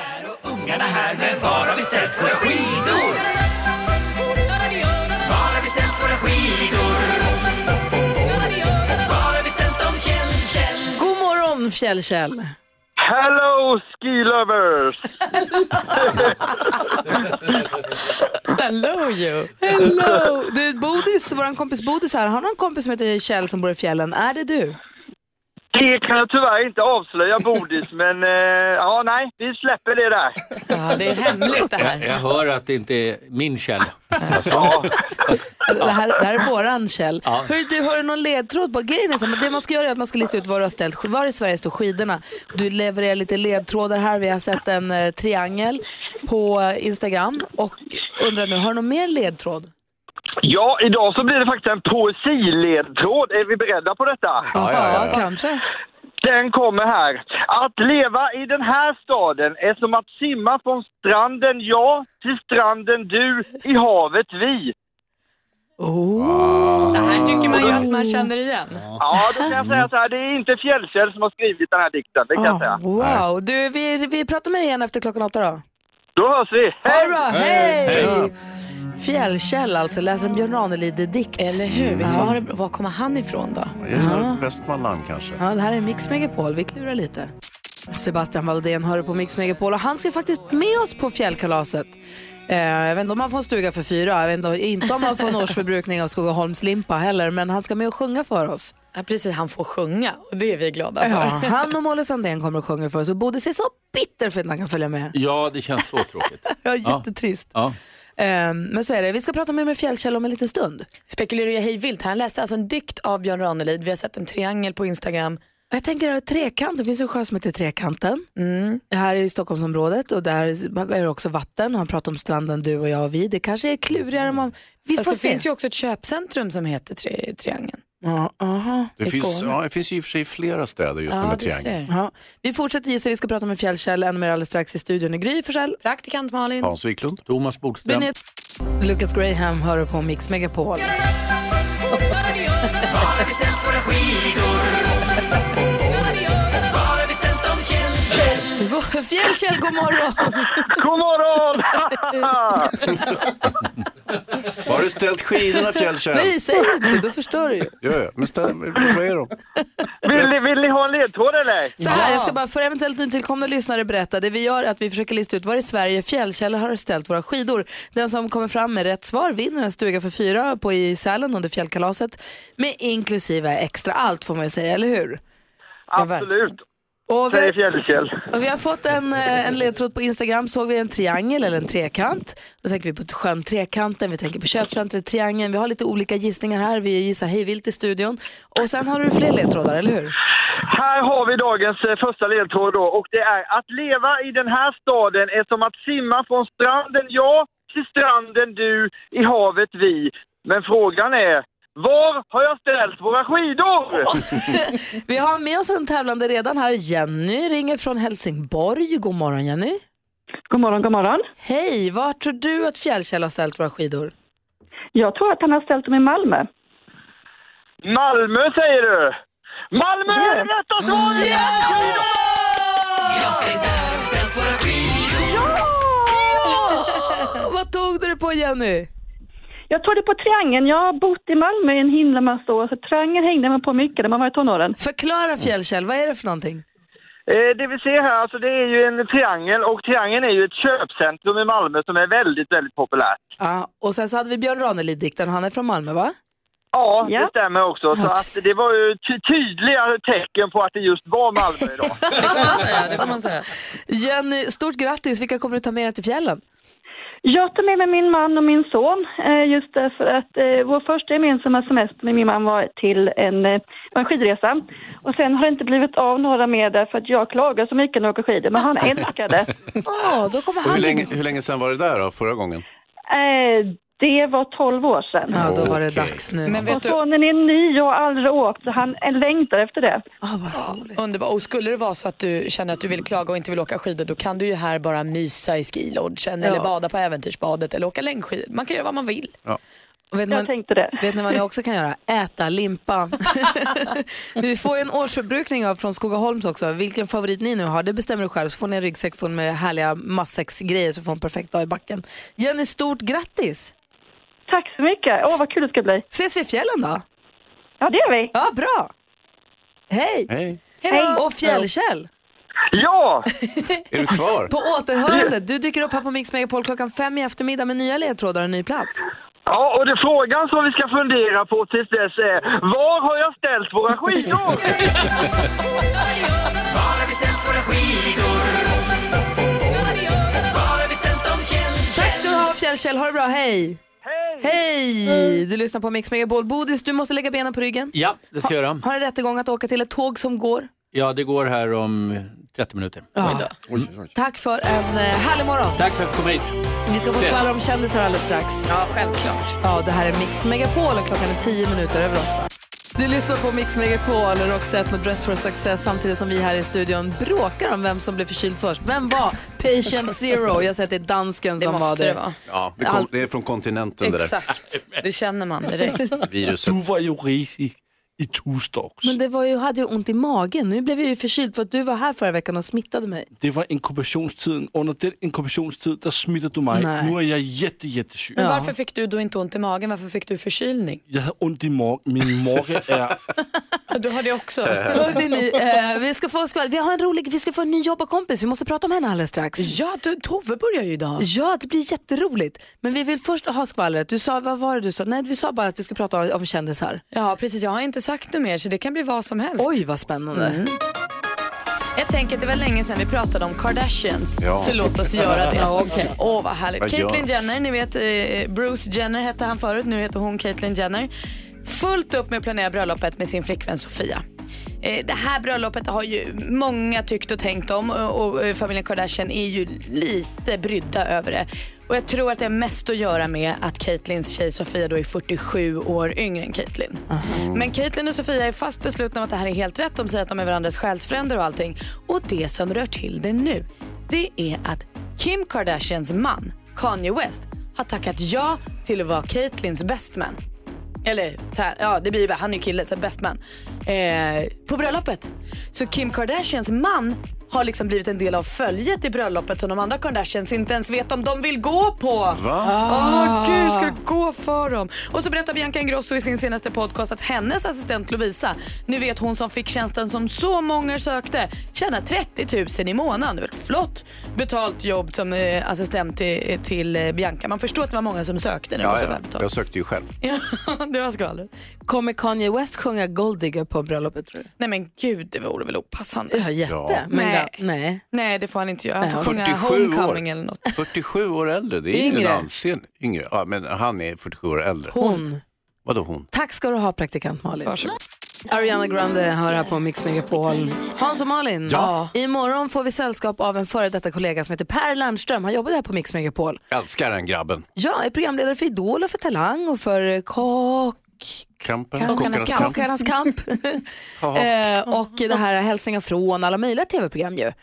S18: Ungarna här, men var har vi ställt våra skidor? Var har vi ställt våra skidor? Var har vi ställt dem, Kjell, Kjell?
S5: God morgon Fjäll-Kjell!
S20: Hello ski lovers!
S5: Hello you! Hello! Du Bodis, vår kompis Bodis här, han har en kompis som heter Kjell som bor i fjällen. Är det du?
S20: Det kan jag tyvärr inte avslöja Bodis, men eh, ja, nej, vi släpper det där.
S7: Ja, det är hemligt
S15: Jag, jag hör att det inte är min Kjell. Alltså.
S5: Det här, det här är våran Kjell.
S15: Ja.
S5: Hörru du, har du någon ledtråd? På? Grejen är så, här, men det man ska göra är att man ska lista ut var du har ställt, var i Sverige står skidorna. Du levererar lite ledtrådar här, vi har sett en eh, triangel. på Instagram och undrar nu, har du någon mer ledtråd?
S20: Ja, idag så blir det faktiskt en poesiledtråd. Är vi beredda på detta?
S5: Ja, ja, ja. kanske.
S20: Den kommer här. Att leva i den här staden är som att simma från stranden jag till stranden du, i havet vi.
S5: Oh.
S7: Det här tycker man ju att man känner igen.
S20: Ja, då kan jag säga så här, det är inte Fjällkäll som har skrivit den här dikten, det kan jag säga.
S5: Ah, Wow, du, vi, vi pratar med dig igen efter klockan åtta då.
S20: Då hörs vi!
S5: Hej då, hej! Fjällkäll alltså, läser en Björn Ranelid-dikt. Mm. Eller
S7: hur? Visst var det
S5: var kommer han ifrån då?
S6: Ja. Västmanland kanske.
S5: Ja, det här är Mix Megapol. Vi klurar lite. Sebastian Valdén hör på Mix Megapol och han ska faktiskt med oss på fjällkalaset. Eh, jag vet inte om han får en stuga för fyra, jag vet inte, inte om han får en årsförbrukning av Skogaholmslimpa heller, men han ska med och sjunga för oss.
S7: Ja, precis, han får sjunga och det är vi glada för.
S5: Ja, han och Molly Sandén kommer och sjunger för oss och Bodis är så bitter för att han kan följa med.
S15: Ja, det känns så tråkigt.
S5: Ja, jättetrist.
S15: Ja.
S5: Eh, men så är det. Vi ska prata mer med Fjällkäll om en liten stund.
S7: Spekulerar jag hej vilt. Han läste alltså en dikt av Björn Ranelid. Vi har sett en triangel på Instagram.
S5: Jag tänker att Trekanten, det finns en sjö som heter Trekanten.
S7: Mm.
S5: Här i Stockholmsområdet och där är det också vatten. Han pratar om stranden du och jag och vi. Det kanske är klurigare om man... Vi
S7: Fast
S5: får
S7: det
S5: se.
S7: finns ju också ett köpcentrum som heter tri Triangeln.
S5: Ja, aha.
S6: Det
S5: I
S6: finns,
S5: Skåne.
S6: ja, det finns ju i och för sig flera städer just den här triangeln.
S5: Ja. Vi fortsätter gissa, vi ska prata med Fjällkäll ännu mer alldeles strax i studion. i Gry Forssell. Praktikant Malin.
S6: Hans Wiklund. Thomas Bodström.
S5: Benny- Lucas Graham hör på Mix Megapol.
S18: Var har vi ställt våra skidor? Var har vi ställt dem fjällkäll?
S5: Go- Fjällkäll, god morgon!
S20: god morgon!
S6: Var har du ställt skidorna Fjällkäll?
S5: Nej, säg inte, då förstör du ju.
S6: Ja, ja, men ställ, vad är de?
S20: Vill ni, vill ni ha en ledtråd eller?
S5: Så här, jag ska bara för eventuellt nytillkomna lyssnare berätta. Det vi gör är att vi försöker lista ut var i Sverige fjällkällor har ställt våra skidor. Den som kommer fram med rätt svar vinner en stuga för fyra på i Sälen under fjällkalaset. Med inklusive extra allt får man ju säga, eller hur?
S20: Absolut.
S5: Och
S20: Säger Fjällkäll.
S5: Och vi har fått en, eh, en ledtråd på Instagram. Såg vi en triangel eller en trekant? Då tänker vi på sjön Trekanten, vi tänker på köpcentret Triangeln. Vi har lite olika gissningar här. Vi gissar hejvilt i studion. Och sen har du fler ledtrådar, eller hur?
S20: Här har vi dagens eh, första ledtråd då och det är att leva i den här staden är som att simma från stranden jag till stranden du i havet vi. Men frågan är, var har jag ställt våra skidor?
S5: Vi har med oss en tävlande redan här. Jenny ringer från Helsingborg. God morgon Jenny.
S21: God morgon, god morgon.
S5: Hej, var tror du att Fjällkäll har ställt våra skidor?
S21: Jag tror att han har ställt dem i Malmö.
S20: Malmö säger du? Malmö är det rätta svaret!
S18: Ja, se där har vi ställt våra skidor.
S5: Ja! Vad tog du det på Jenny?
S21: Jag tror det på Triangeln. Jag har bott i Malmö i en himla massa år, så Triangeln hängde man på mycket när man var i tonåren.
S5: Förklara Fjällkäll, vad är det för någonting?
S20: Eh, Det vi ser här, alltså det är ju en triangel och triangeln är ju ett köpcentrum i Malmö som är väldigt, väldigt populärt.
S5: Ja, och sen så hade vi Björn Ranelid-diktaren, han är från Malmö va?
S20: Ja, det stämmer också. Så att det var ju ty- tydliga tecken på att det just var Malmö idag.
S7: det får man säga.
S5: Jenny, stort grattis. Vilka kommer du ta med dig till fjällen?
S21: Jag tar med mig min man och min son eh, just därför att eh, vår första gemensamma semester med min man var till en, eh, var en skidresa. Och sen har det inte blivit av några mer därför att jag klagar så mycket när jag åker skidor, men han älskade.
S5: Ja, då kommer
S6: Och hur, länge, hur länge sedan var det där då, förra gången?
S21: Eh, det var 12 år sedan.
S5: Ja, då var det dags nu.
S7: Men vet
S21: och
S7: du-
S21: sonen är ny och har aldrig åkt, så han längtar efter det.
S5: Ah,
S7: Underbart. Och skulle det vara så att du känner att du vill klaga och inte vill åka skidor då kan du ju här bara mysa i skilodgen eller
S5: Ja.
S7: bada på äventyrsbadet eller åka längdskidor. Man kan göra vad man vill.
S5: Och vet ni
S7: Jag
S5: vad-
S7: tänkte det.
S5: Vet ni vad ni också kan göra? Äta limpa. ni får ju en årsförbrukning av från Skogaholms också. Vilken favorit ni nu har, det bestämmer du själv. Så får ni en ryggsäck full med härliga matsäcksgrejer så får en perfekt dag i backen. Jenny, stort grattis!
S21: Tack så mycket. Åh, vad kul det ska bli.
S5: Ses vi i fjällen då?
S21: Ja, det gör vi.
S5: Ja, bra! Hej!
S6: Hej!
S18: Hej.
S5: Och Fjällkäll!
S20: Ja!
S6: Är du kvar?
S5: På återhörande, du dyker upp här på Mix Megapol klockan fem i eftermiddag med nya ledtrådar och en ny plats.
S20: Ja, och det frågan som vi ska fundera på tills dess är var har jag ställt våra skidor?
S18: Var har vi ställt våra skidor? Var har vi ställt dem fjällkäll?
S5: Tack ska du ha Fjällkäll, ha det bra, hej! Hej! Du lyssnar på Mix Megapol. Bodis, du måste lägga benen på ryggen.
S15: Ja, det ska jag göra.
S5: Har en rättegång att åka till, ett tåg som går.
S15: Ja, det går här om 30 minuter.
S5: Ja. Tack för en eh, härlig morgon.
S15: Tack för att du kom hit.
S5: Vi ska få
S15: Ses.
S5: skvallra om kändisar alldeles strax. Ja, självklart. Ja, det här är Mix Megapol och klockan är 10 minuter över åtta. Du lyssnar på Mix Megapol, Roxette med Dress for Success samtidigt som vi här i studion bråkar om vem som blev förkyld först. Vem var patient zero? Jag säger att det är dansken
S7: Det
S5: som var
S7: måste
S5: det.
S7: det vara.
S6: Ja, det, kom,
S5: Allt-
S6: det är från kontinenten
S7: Exakt, det känner man direkt.
S6: det där viruset.
S3: Du var ju risig i torsdags.
S22: Men det var ju, hade ju ont i magen. Nu blev jag ju förkyld för att du var här förra veckan och smittade mig.
S3: Det var inkubationstiden. Under den inkubationstiden där smittade du mig.
S7: Nej.
S3: Nu är jag jätte, jättesyg.
S7: Men varför fick du då inte ont i magen? Varför fick du förkylning?
S3: Jag har ont i magen. Min mage är...
S7: Du har det också.
S5: Hörde ni, eh, vi, ska få skvall- vi har en rolig, vi ska få en ny jobbarkompis, vi måste prata om henne alldeles strax.
S7: Ja, du, Tove börjar ju idag.
S5: Ja, det blir jätteroligt. Men vi vill först ha skvallret. Du sa, vad var det du sa? Nej, vi sa bara att vi ska prata om, om kändisar.
S7: Ja, precis. Jag har inte sagt något mer, så det kan bli vad som helst. Mm.
S5: Oj, vad spännande.
S7: Jag tänker att det var länge sedan vi pratade om Kardashians,
S5: Ja.
S7: så låt oss göra det.
S5: Ja, okej.
S7: Åh, vad härligt.
S5: Vad gör-
S7: Caitlyn Jenner, ni vet eh, Bruce Jenner hette han förut, nu heter hon Caitlyn Jenner. Fullt upp med att planera bröllopet med sin flickvän Sofia. Eh, Det här bröllopet har ju många tyckt och tänkt om och och, eh, familjen Kardashian är ju lite brydda över det. Och jag tror att det har mest att göra med att Caitlyns tjej Sofia då är 47 år yngre än Caitlyn.
S23: Mm.
S7: Men Caitlyn och Sofia är fast beslutna om att det här är helt rätt. De säger att de är varandras själsfränder och allting. Och det som rör till det nu, det är att Kim Kardashians man, Kanye West, har tackat ja till att vara Caitlyns best man. Eller, tär, ja det blir ju- han är ju kille så best man. Eh, på bröllopet. Så Kim Kardashians man har liksom blivit en del av följet i bröllopet som de andra Kardashians inte ens vet om de vill gå på.
S1: Va?
S7: Åh gud, ska det gå för dem? Och så berättar Bianca Ingrosso i sin senaste podcast att hennes assistent Lovisa, nu vet hon som fick tjänsten som så många sökte, tjänar 30 000 i månaden. Det är väl flott betalt jobb som eh, assistent till, till eh, Bianca. Man förstår att det var många som sökte när det var
S6: Ja,
S7: så
S6: ja.
S7: väl
S6: Jag sökte ju själv.
S7: Ja, det var skvallret.
S5: Kommer Kanye West sjunga Gold Digger på bröllopet tror du?
S7: Nej men gud, det vore väl opassande.
S5: Ja, jätte.
S6: Ja.
S5: Men
S7: Nej.
S5: ga- nej.
S7: Nej, det får han inte göra. Han får sjunga
S6: 47
S7: Homecoming
S6: år.
S7: eller något.
S6: 47 år äldre, det är ju
S5: Yngre.
S6: en ansen yngre. Ja, men han är 47 år äldre.
S5: Hon.
S6: Vadå hon?
S5: Tack ska du ha praktikant Malin. Ariana Grande hör här på Mix Megapol. Hans och Malin,
S6: Ja.
S5: imorgon får vi sällskap av en före detta kollega som heter Per Lernström. Han jobbade här på Mix Megapol.
S6: Älskar den grabben.
S5: Jag är programledare för Idol och för Talang och för Kock...
S6: Kampen.
S5: Kockarnas kamp. Kockarnas kamp. eh, och det här är hälsningar från alla möjliga tv-program ju. Och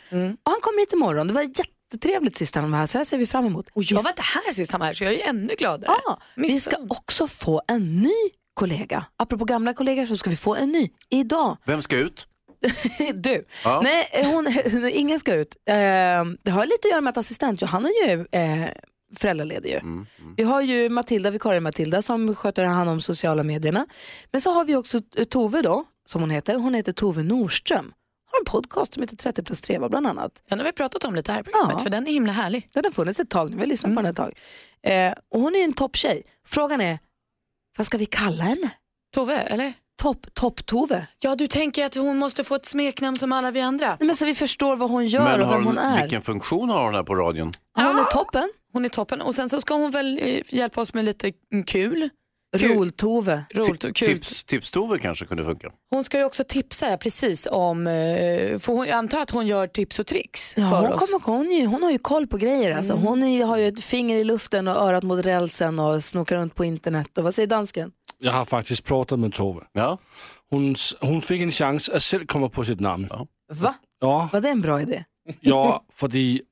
S5: han kommer hit imorgon. Det var jättetrevligt sist han var här så det här ser vi fram emot.
S7: Och jag var inte här sist han var här så jag är ännu gladare.
S5: Ja, vi ska också få en ny kollega. Apropå gamla kollegor så ska vi få en ny idag.
S6: Vem ska ut?
S5: Du.
S6: Ja.
S5: Nej, eh, hon, ingen ska ut. Eh, det har lite att göra med att assistent Johanna är ju eh, föräldraledig. Ju. Vi har ju Matilda, vikarien Matilda, som sköter hand om sociala medierna. Men så har vi också eh, Tove då, som hon heter. Hon heter Tove Norström. Har en podcast som heter 30 plus 3 bland annat.
S7: Den har vi pratat om lite här i programmet för den är himla härlig. Mm.
S5: Ja, den har funnits ett tag nu. Vi har lyssnat på den ett tag. Eh, och hon är ju en topptjej. Frågan är, vad ska vi kalla henne?
S7: Tove, eller?
S5: Topp, topp-Tove.
S7: Ja, du tänker att hon måste få ett smeknamn som alla vi andra.
S5: Nej, men så vi förstår vad hon gör
S6: Men
S5: och
S6: har
S5: vem hon är.
S6: vilken funktion har hon här på radion?
S5: Hon är toppen.
S7: Hon är toppen och sen så ska hon väl eh, hjälpa oss med lite mm, kul.
S5: Rol-Tove.
S7: Roligt och kul.
S6: Tips, tips-Tove kanske kunde funka.
S7: Hon ska ju också tipsa ja, precis om, eh, för hon, jag antar att hon gör tips och tricks
S5: Ja,
S7: för
S5: hon,
S7: oss. Mm.
S5: kommer, hon, är ju- hon har ju koll på grejer. Alltså. Hon är, har ju ett finger i luften och örat mot rälsen och snokar runt på internet. Och vad säger dansken?
S3: Jag har faktiskt pratat med Tove.
S6: Ja.
S3: Hon, s- hon fick en chans att själv komma på sitt namn. Ja,
S5: Va?
S3: ja,
S5: Var det en bra idé?
S3: ja för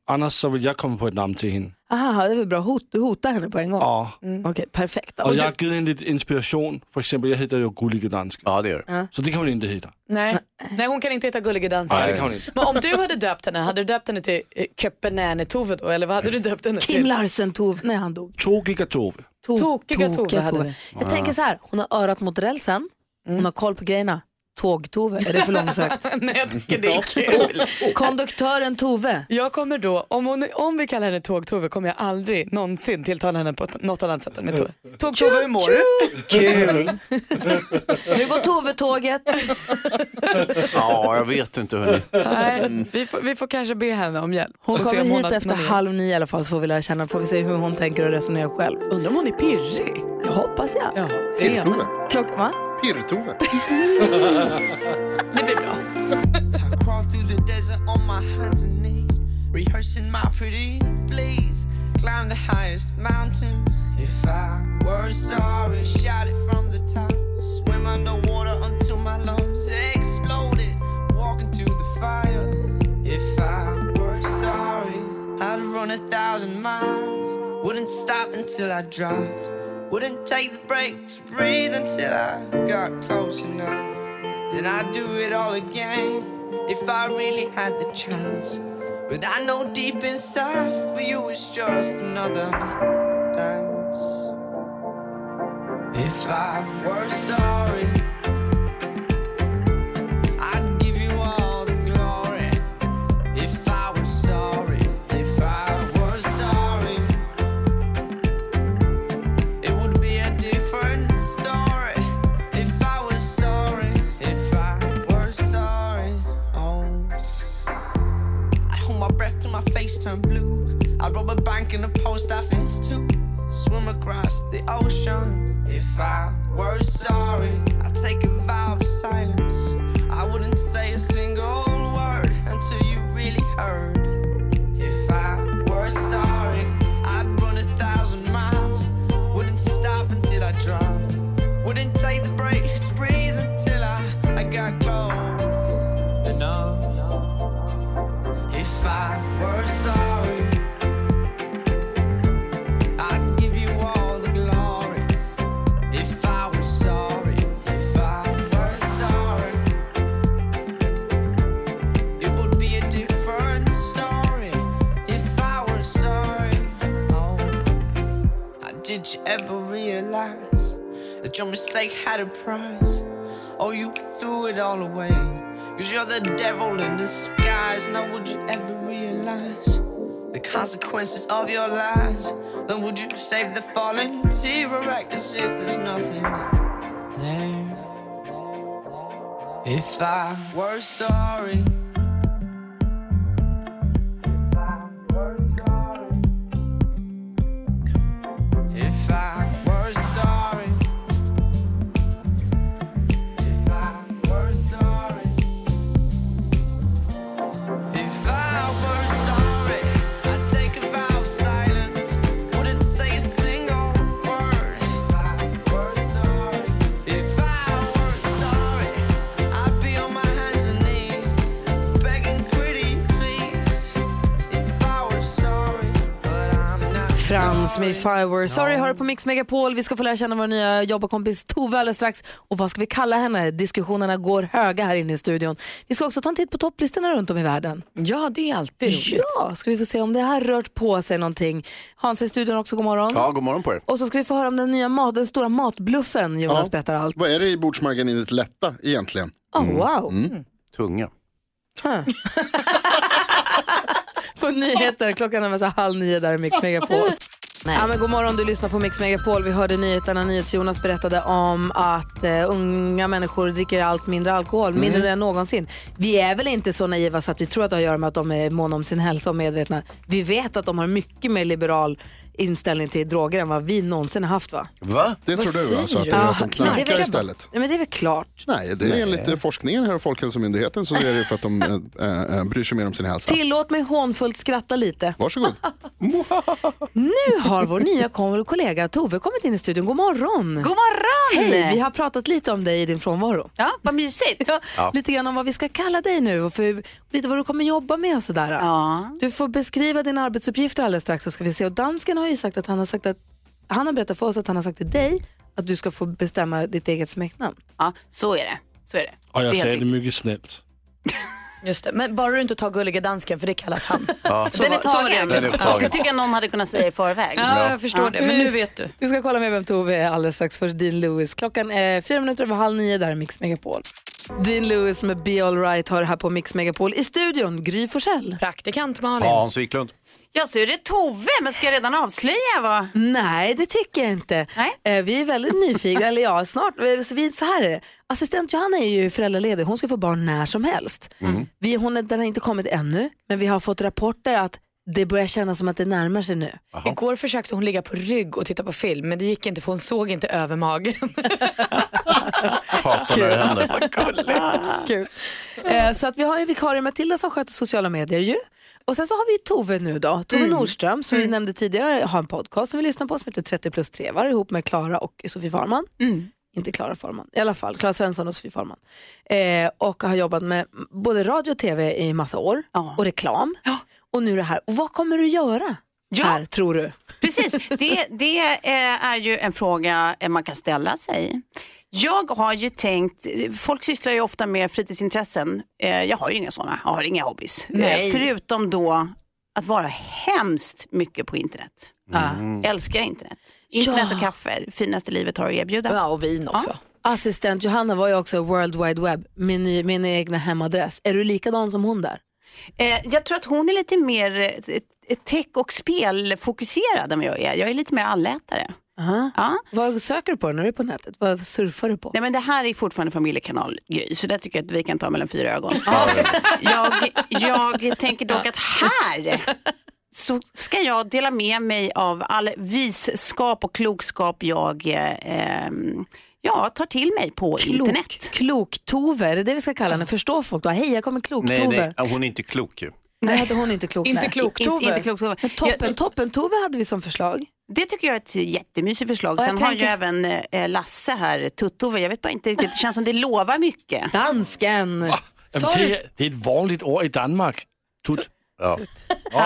S3: annars så vill jag komma på ett namn till henne.
S5: Aha, det var bra. Hot, du hotar henne på en gång?
S3: Ja.
S5: Mm. Okej, perfekt.
S3: Och
S5: Alltså,
S3: jag har givit henne lite inspiration. För exempel, jag heter ju Gullige Dansk.
S6: Ja, det gör
S5: Ja.
S3: Så det kan hon inte heta.
S7: Nej. Nej, hon kan inte heta Gullige Dansken.
S3: Nej, det kan hon inte.
S7: Men om du hade döpt henne, hade du döpt henne till eh, Köpenäne-Tove då? Eller vad hade du döpt henne till?
S5: Alltså, Kim Larsen-Tove, nej han dog.
S3: Tokiga Tove.
S5: To-
S7: Tokiga Tove
S5: tokiga
S7: hade
S5: Tove.
S7: vi. Mm.
S5: Jag
S3: Ja.
S5: tänker så här, hon har örat mot rälsen, hon har koll på grejerna. Tåg-Tove, är det för långsökt?
S7: Nej, jag tycker det är kul.
S5: Konduktören Tove.
S7: Jag kommer då, om, hon, om vi kallar henne Tåg-Tove kommer jag aldrig någonsin tilltala henne på ett- något annat sätt än med Tove. Tåg-Tove, hur mår du?
S5: Kul. Nu går Tove-tåget.
S6: Ja, jag vet inte hörni.
S7: Nej, vi får, vi får kanske be henne om hjälp.
S5: Hon
S7: Och se
S5: kommer
S7: om
S5: hit
S7: har-
S5: efter halv nio i alla fall så får vi lära känna, får vi se hur hon tänker och resonerar själv.
S7: Undrar om hon är pirrig?
S5: Jag hoppas jag. Ja,
S12: Pirr-Tove.
S5: Klockan, va?
S12: Pirr-Tove.
S7: Det blir bra.
S18: hands and knees, rehearsing my pretty please. Climb the highest mountain. If I were sorry, shout it from the top. Swim underwater until my lungs exploded. Walk into the fire. If I were sorry, I'd run a thousand miles. Wouldn't stop until I dropped. Wouldn't take the break to breathe until I got close enough. Then I'd do it all again if I really had the chance. But I know deep inside for you it's just another dance. If I were sorry. I'd give you all the glory. If I were sorry, if I were sorry, it would be a different story. If I was sorry, if I were sorry, oh. I'd hold my breath till my face turned blue. I'd rob a bank and a post office too. Swim across the ocean. If I were sorry, I'd take a vow of silence. I wouldn't say a single word until you really heard. If I were sorry, I'd run a thousand miles. Wouldn't stop until I dropped. Wouldn't take the break to breathe until I, I got close enough. If I were sorry, I'd give you all the glory. If I were sorry, if I were sorry, it would be a different story. If I were sorry, oh, Now, did you ever realize that your mistake had a price? Oh, you threw it all away. Cause you're the devil in disguise. Now, would you ever realize the consequences of your lies? Then, would you save the fallen T-Rex as if there's nothing there? If I were sorry. If I were sorry. If I were sorry. If I were sorry, I'd take a vow of silence. Wouldn't say a single word. If I were sorry. If I were sorry, I'd be on my hands and knees, begging pretty please. If I were sorry, but I'm not.
S5: Frans med If I Were Sorry hör på Mix Megapol. Vi ska få lära känna vår nya jobbarkompis Tove alldeles strax. Och vad ska vi kalla henne? Diskussionerna går höga här inne i studion. Vi ska också ta en titt på topplistorna runt om i världen.
S24: Ja, det är alltid roligt.
S5: Ja, ska vi få se om det här rört på sig någonting. Hans i studion också, god morgon.
S6: Ja, god morgon på er.
S5: Och så ska vi få höra om den nya mat, den stora matbluffen Jonas
S14: Ja.
S5: berättar allt.
S14: Vad är det i bordsmargarinet lätta egentligen? Mm.
S5: Oh, wow.
S6: Mm. Tunga.
S5: Huh. på nyheter, klockan är så halv nio där i Mix Megapol. Ja, men god morgon, du lyssnar på Mix Megapol. Vi hörde nyheterna. NyhetsJonas berättade om att eh, unga människor dricker allt mindre alkohol,
S14: Mm.
S5: mindre än någonsin. Vi är väl inte så naiva så att vi tror att det har att göra med att de är måna om sin hälsa och medvetna. Vi vet att de har mycket mer liberal inställning till droger än vad vi någonsin har haft va?
S14: Va? Det
S5: Vad
S14: tror du
S5: säger
S14: alltså? Att
S5: du?
S14: det är att de
S5: Ja, men det är
S14: knarkar
S5: väl-
S14: istället?
S5: Ja, men det är väl klart.
S14: Nej, det är enligt eh, forskningen här och Folkhälsomyndigheten så är det för att de äh, äh, bryr sig mer om sin hälsa.
S5: Tillåt mig hånfullt skratta lite.
S14: Varsågod.
S5: Nu har vår nya kom- kollega Tove kommit in i studion. God morgon!
S25: God morgon!
S5: Hej! Vi har pratat lite om dig i din frånvaro.
S25: Ja, vad mysigt.
S5: Ja. Lite grann om vad vi ska kalla dig nu och för, lite vad du kommer jobba med och sådär. Du får beskriva dina arbetsuppgifter alldeles strax så ska vi se. Och dansken har ju sagt att han har sagt att han har berättat för oss att han har sagt till dig att du ska få bestämma ditt eget smeknamn.
S25: Ja, så är det. Så är det.
S3: Och jag
S25: Det är
S3: säger
S25: helt
S3: det mycket snällt.
S7: Just det, men bara du inte tar gulliga dansken för det kallas han.
S3: Ja.
S25: Den är
S7: var- så var det
S25: tagen.
S7: ändå.
S25: Den är tagen. Det tycker jag någon hade kunnat säga i förväg.
S5: Ja. Ja.
S7: vet du.
S5: Vi ska kolla med vem Tove är alldeles strax. Först Dean Lewis. Klockan är fyra minuter över halv nio där i Mix Megapol. Dean Lewis med Be Alright har det här på Mix Megapol. I studion, Gry Forssell.
S25: Praktikant Malin.
S6: Hans Wiklund.
S25: Ja, så är det Tove, men ska jag redan avslöja vad?
S5: Nej, det tycker jag inte. Eh, Vi är väldigt nyfikna, eller ja, snart. eh, Så, vi, så här är det. Assistent Johanna är ju föräldraledig,
S6: Mm.
S5: hon ska få barn när som helst. Vi, hon är, den har inte kommit ännu, men vi har fått rapporter att Det börjar kännas som att det närmar sig nu.
S7: Igår försökte hon ligga på rygg och titta på film men det gick inte för hon såg inte över magen.
S6: Hatar när det händer.
S5: Kul. Eh, så att vi har ju vikarie Matilda som sköter sociala medier ju. Och sen så har vi ju Tove nu då, Tove Nordström som vi nämnde tidigare har en podcast som vi lyssnar på som heter 30 plus trevar ihop med Klara och Sofie Farman. Inte Klara Farman, i alla fall Klara Svensson och Sofie Farman. Eh, och har jobbat med både radio och tv i massa år och reklam. Och nu det här, och vad kommer du göra här tror du?
S25: Precis, det, det eh, är ju en fråga eh, man kan ställa sig. Jag har ju tänkt, folk sysslar ju ofta med fritidsintressen. Eh, Jag har ju inga sådana, jag har inga hobbys. Eh,
S1: Nej.
S25: Förutom då att vara hemskt mycket på internet.
S1: Mm.
S25: Älskar internet. Internet och kaffe, finaste livet har att erbjuda. Ja, och vin också.
S5: Assistent Johanna var ju också World Wide Web, min, ny- min egna hemadress. Är du likadan som hon där?
S25: Eh, jag tror att hon är lite mer eh, eh, tech och spelfokuserad än vad jag är. Jag är lite mer allätare. Ja.
S5: Vad söker du på när du är på nätet? Vad surfar du på?
S25: Nej, men det här är fortfarande familjekanal Gry, så det tycker jag att vi kan ta mellan fyra ögon. jag, jag tänker dock att här så ska jag dela med mig av all visskap och klokskap jag eh, ehm, ja, tar till mig på internet.
S5: Klok-Tove, är det det vi ska kalla henne? Förstår folk då? Hej, jag kommer
S6: Nej, nej,
S5: Klok-Tove.
S6: ja, hon är inte klok ju.
S5: Nej, hon är inte klok.
S25: Inte
S5: nej.
S25: klok-Tove.
S5: Inte- inte klok-Tove. Men toppen, toppen Tove hade vi som förslag.
S25: Det tycker jag är ett jättemysigt förslag.
S5: Och jag
S25: Sen
S5: tänker-
S25: har ju även eh, Lasse här, Tuttove, jag vet bara inte riktigt, det känns som det lovar mycket.
S5: Dansken!
S25: Sa
S3: Jamen,
S25: du-
S3: det, det är ett vanligt ord i Danmark. Tut.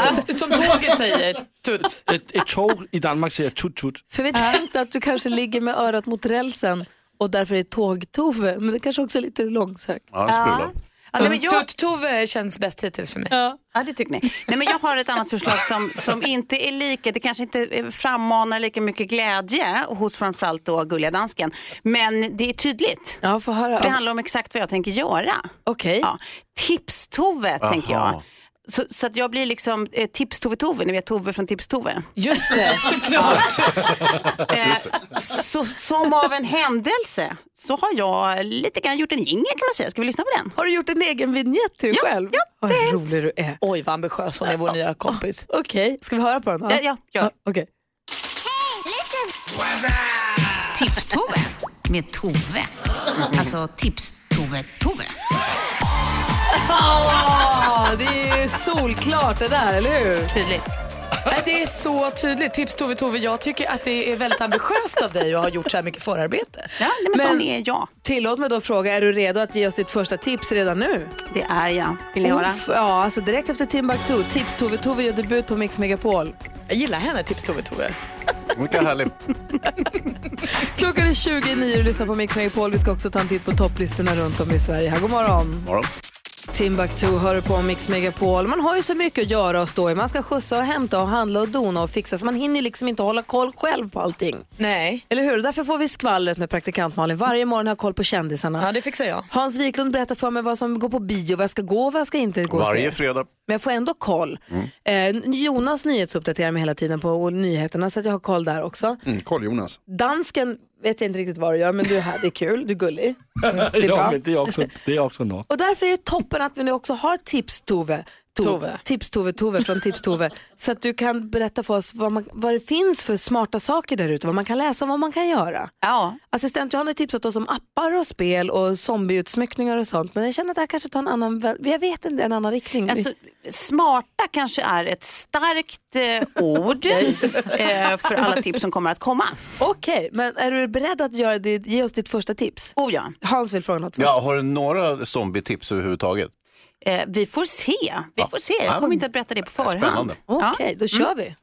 S7: Som, som tåget säger, tut.
S3: Ett, ett tåg i Danmark säger tut tut.
S5: För vi tänkte att du kanske ligger med örat mot rälsen och därför är tåg-Tove, men det kanske också är lite långsökt.
S25: Ja, en smula. Ja, nej, men jag-
S7: Tove känns bäst hittills för mig.
S25: Ja. det tycker ni. Nej, men jag har ett annat förslag som, som inte är lika, det kanske inte eh, frammanar lika mycket glädje hos framförallt då gulliga dansken. Men det är tydligt.
S5: Ja, för höra.
S25: det handlar om exakt vad jag tänker göra.
S5: Okej.
S25: Ja. Tips-Tove
S5: Aha.
S25: tänker jag. Så, så att jag blir liksom eh, Tips-Tove-Tove, ni vet Tove från Tips-Tove.
S7: Just det, såklart.
S25: Så, som av en händelse så har jag lite grann gjort en jingel kan man säga. Ska vi lyssna på den?
S5: Har du gjort en egen vignett till dig själv? Ja,
S25: Vad
S5: rolig du är.
S7: Oj, vad ambitiös hon är, vår nya kompis.
S5: Okej, ska vi höra på den? då?
S25: Ja, ja, gör.
S5: Okej.
S1: Tips-Tove med Tove. Alltså Tips-Tove-Tove.
S5: Ah, det är ju solklart det där, eller hur?
S25: Tydligt.
S7: Nej, det är så tydligt. Tips Tove Tove, jag tycker att det är väldigt ambitiöst av dig att ha gjort så här mycket förarbete.
S25: Ja, nej, men, sån är jag.
S5: Tillåt mig då fråga, är du redo att ge oss ditt första tips redan nu?
S25: Det är jag. Vill ni höra?
S5: Ja, alltså direkt efter Timbuktu. Tips Tove Tove gör debut på Mix Megapol.
S7: Jag gillar henne, Tips Tove Tove.
S6: Mycket härligt.
S5: Klockan är 20 i nio och lyssnar på Mix Megapol. Vi ska också ta en titt på topplistorna runt om i Sverige. Här, god morgon.
S6: Morgon.
S5: Timbuktu hör du på Mix Megapol. Man har ju så mycket att göra och stå i. Man ska skjutsa och hämta och handla och dona och fixa så man hinner liksom inte hålla koll själv på allting.
S7: Nej.
S5: Eller hur? Därför får vi skvallret med praktikant Malin. Varje morgon har jag koll på kändisarna.
S7: Ja, det fixar jag.
S5: Hans Wiklund berättar för mig vad som går på bio, vad jag ska gå och vad jag ska inte gå och se.
S6: Varje fredag.
S5: Men jag får ändå koll.
S14: Mm.
S5: Eh, Jonas nyhetsuppdaterar mig hela tiden på nyheterna så att jag har koll där också.
S14: Mm, koll Jonas.
S5: Dansken vet jag inte riktigt vad du gör men du är här, det är kul, du är gullig. Mm, Det är
S3: ja,
S5: bra.
S3: men det är också, det är också något.
S5: Och därför är det toppen att vi nu också har Tips-Tove.
S7: Tove.
S5: Tips-Tove, Tove från Tips-Tove. Så att du kan berätta för oss vad, man, vad det finns för smarta saker där ute, vad man kan läsa och vad man kan göra.
S25: Ja.
S5: Assistent Johanna har tipsat oss om appar och spel och zombieutsmyckningar och sånt. Men jag känner att det här kanske tar en annan, vä- jag vet inte, en annan riktning.
S25: Alltså, smarta kanske är ett starkt eh, ord eh, för alla tips som kommer att komma.
S5: Okej, men är du beredd att göra det, ge oss ditt första tips?
S25: Oh ja.
S5: Hans vill fråga något först.
S6: Ja, har du några zombietips överhuvudtaget?
S25: Eh, vi får se. Vi får se. Jag kommer inte att berätta det på förhand.
S6: Spännande.
S5: Okej, då kör vi.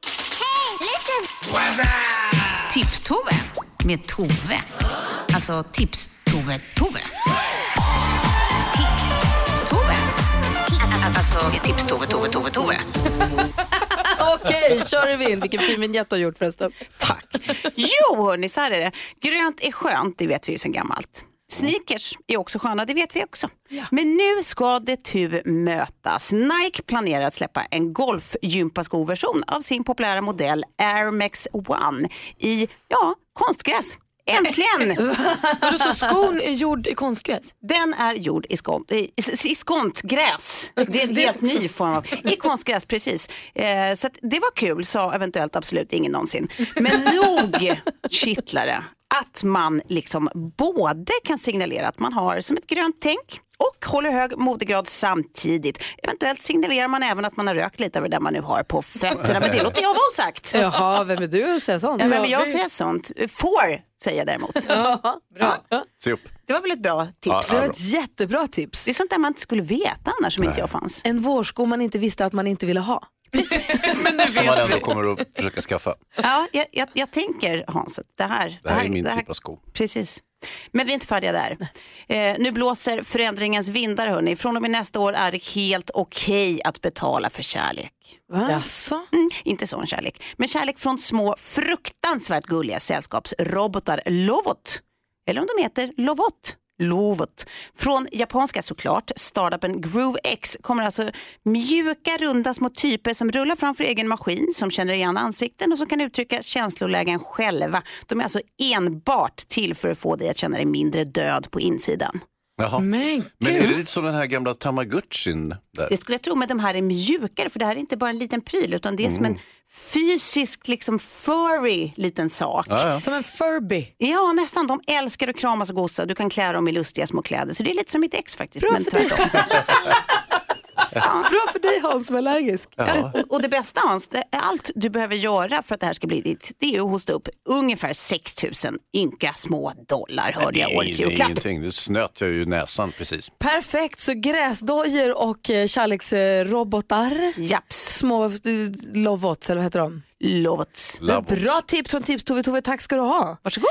S1: Tips-Tove med Tove. Alltså Tips-Tove-Tove. Tips-Tove. Alltså Tips-Tove-Tove-Tove-Tove.
S5: Okej, kör du in. Vilken fin vignett du har gjort förresten.
S25: Jo, hörni, så här är det. Grönt är skönt, det vet vi ju sedan gammalt. Sneakers är också sköna, det vet vi också. Men nu ska det tu mötas. Nike planerar att släppa en golfgympaskoversion av sin populära modell Air Max One i, ja, konstgräs. Äntligen!
S7: Vadå, så skon är gjord i konstgräs?
S25: Den är gjord i, skont, i, i skontgräs. Det är en
S7: Det
S25: helt
S7: också.
S25: ny form av... I konstgräs, precis. Eh, så att det var kul, sa eventuellt absolut ingen någonsin. Men nog kittlare att man liksom både kan signalera att man har som ett grönt tänk och håller hög modegrad samtidigt. Eventuellt signalerar man även att man har rökt lite över det man nu har på fötterna, men det låter jag vara osagt.
S5: Jaha, vem är du att säga sånt?
S25: Ja, men vill jag säga sånt? Får säger jag däremot.
S5: Ja,
S25: bra.
S6: Se upp.
S25: Det var väl ett bra tips?
S6: Ja, det var ett
S5: jättebra tips.
S25: Det är sånt där man inte skulle veta annars som inte
S6: Nej.
S25: jag fanns.
S5: En vårsko man inte visste att man inte ville ha.
S25: Men nu
S6: Som man
S25: vet
S6: ändå
S25: vi.
S6: kommer att försöka skaffa.
S25: Ja, jag, jag, jag tänker Hans att det här,
S6: Det här är min typ av sko.
S25: Precis. Men vi är inte färdiga där. Eh, nu blåser förändringens vindar hörni. Från och med nästa år är det helt okej att betala för kärlek.
S5: Va? Jaså?
S25: Mm, inte sån kärlek, men kärlek från små fruktansvärt gulliga sällskapsrobotar Lovot. Eller om de heter Lovot. Lovot. Från japanska såklart, startupen Groove X kommer alltså mjuka runda små typer som rullar framför egen maskin, som känner igen ansikten och som kan uttrycka känslolägen själva. De är alltså enbart till för att få dig att känna dig mindre död på insidan.
S6: Jaha. Men, är det lite som den här gamla tamagotchin? Där?
S25: Det skulle jag tro, men de här är mjukare för det här är inte bara en liten pryl utan det är som
S6: Mm.
S25: en fysisk, liksom furry liten sak.
S6: Ja, ja.
S25: Som en Furby. Ja, nästan. De älskar att kramas och gosa. Du kan klä dem i lustiga små kläder. Så det är lite som mitt ex faktiskt. men tvärtom.
S5: Bra för dig Hans som är allergisk.
S25: Ja. Och det bästa Hans, det är allt du behöver göra för att det här ska bli ditt, det är att hosta upp ungefär 6 000 ynka små dollar, hörde jag årets
S6: det är
S25: julklapp.
S6: ingenting, det snöt jag ju i näsan precis.
S5: Perfekt, så gräsdojor och eh, kärleksrobotar.
S25: Japs.
S5: Små eh, lovots, eller vad heter de?
S25: Lovots.
S6: Lovots.
S5: Bra tips från Tips-Tove. Tove, tack ska du ha.
S25: Varsågod.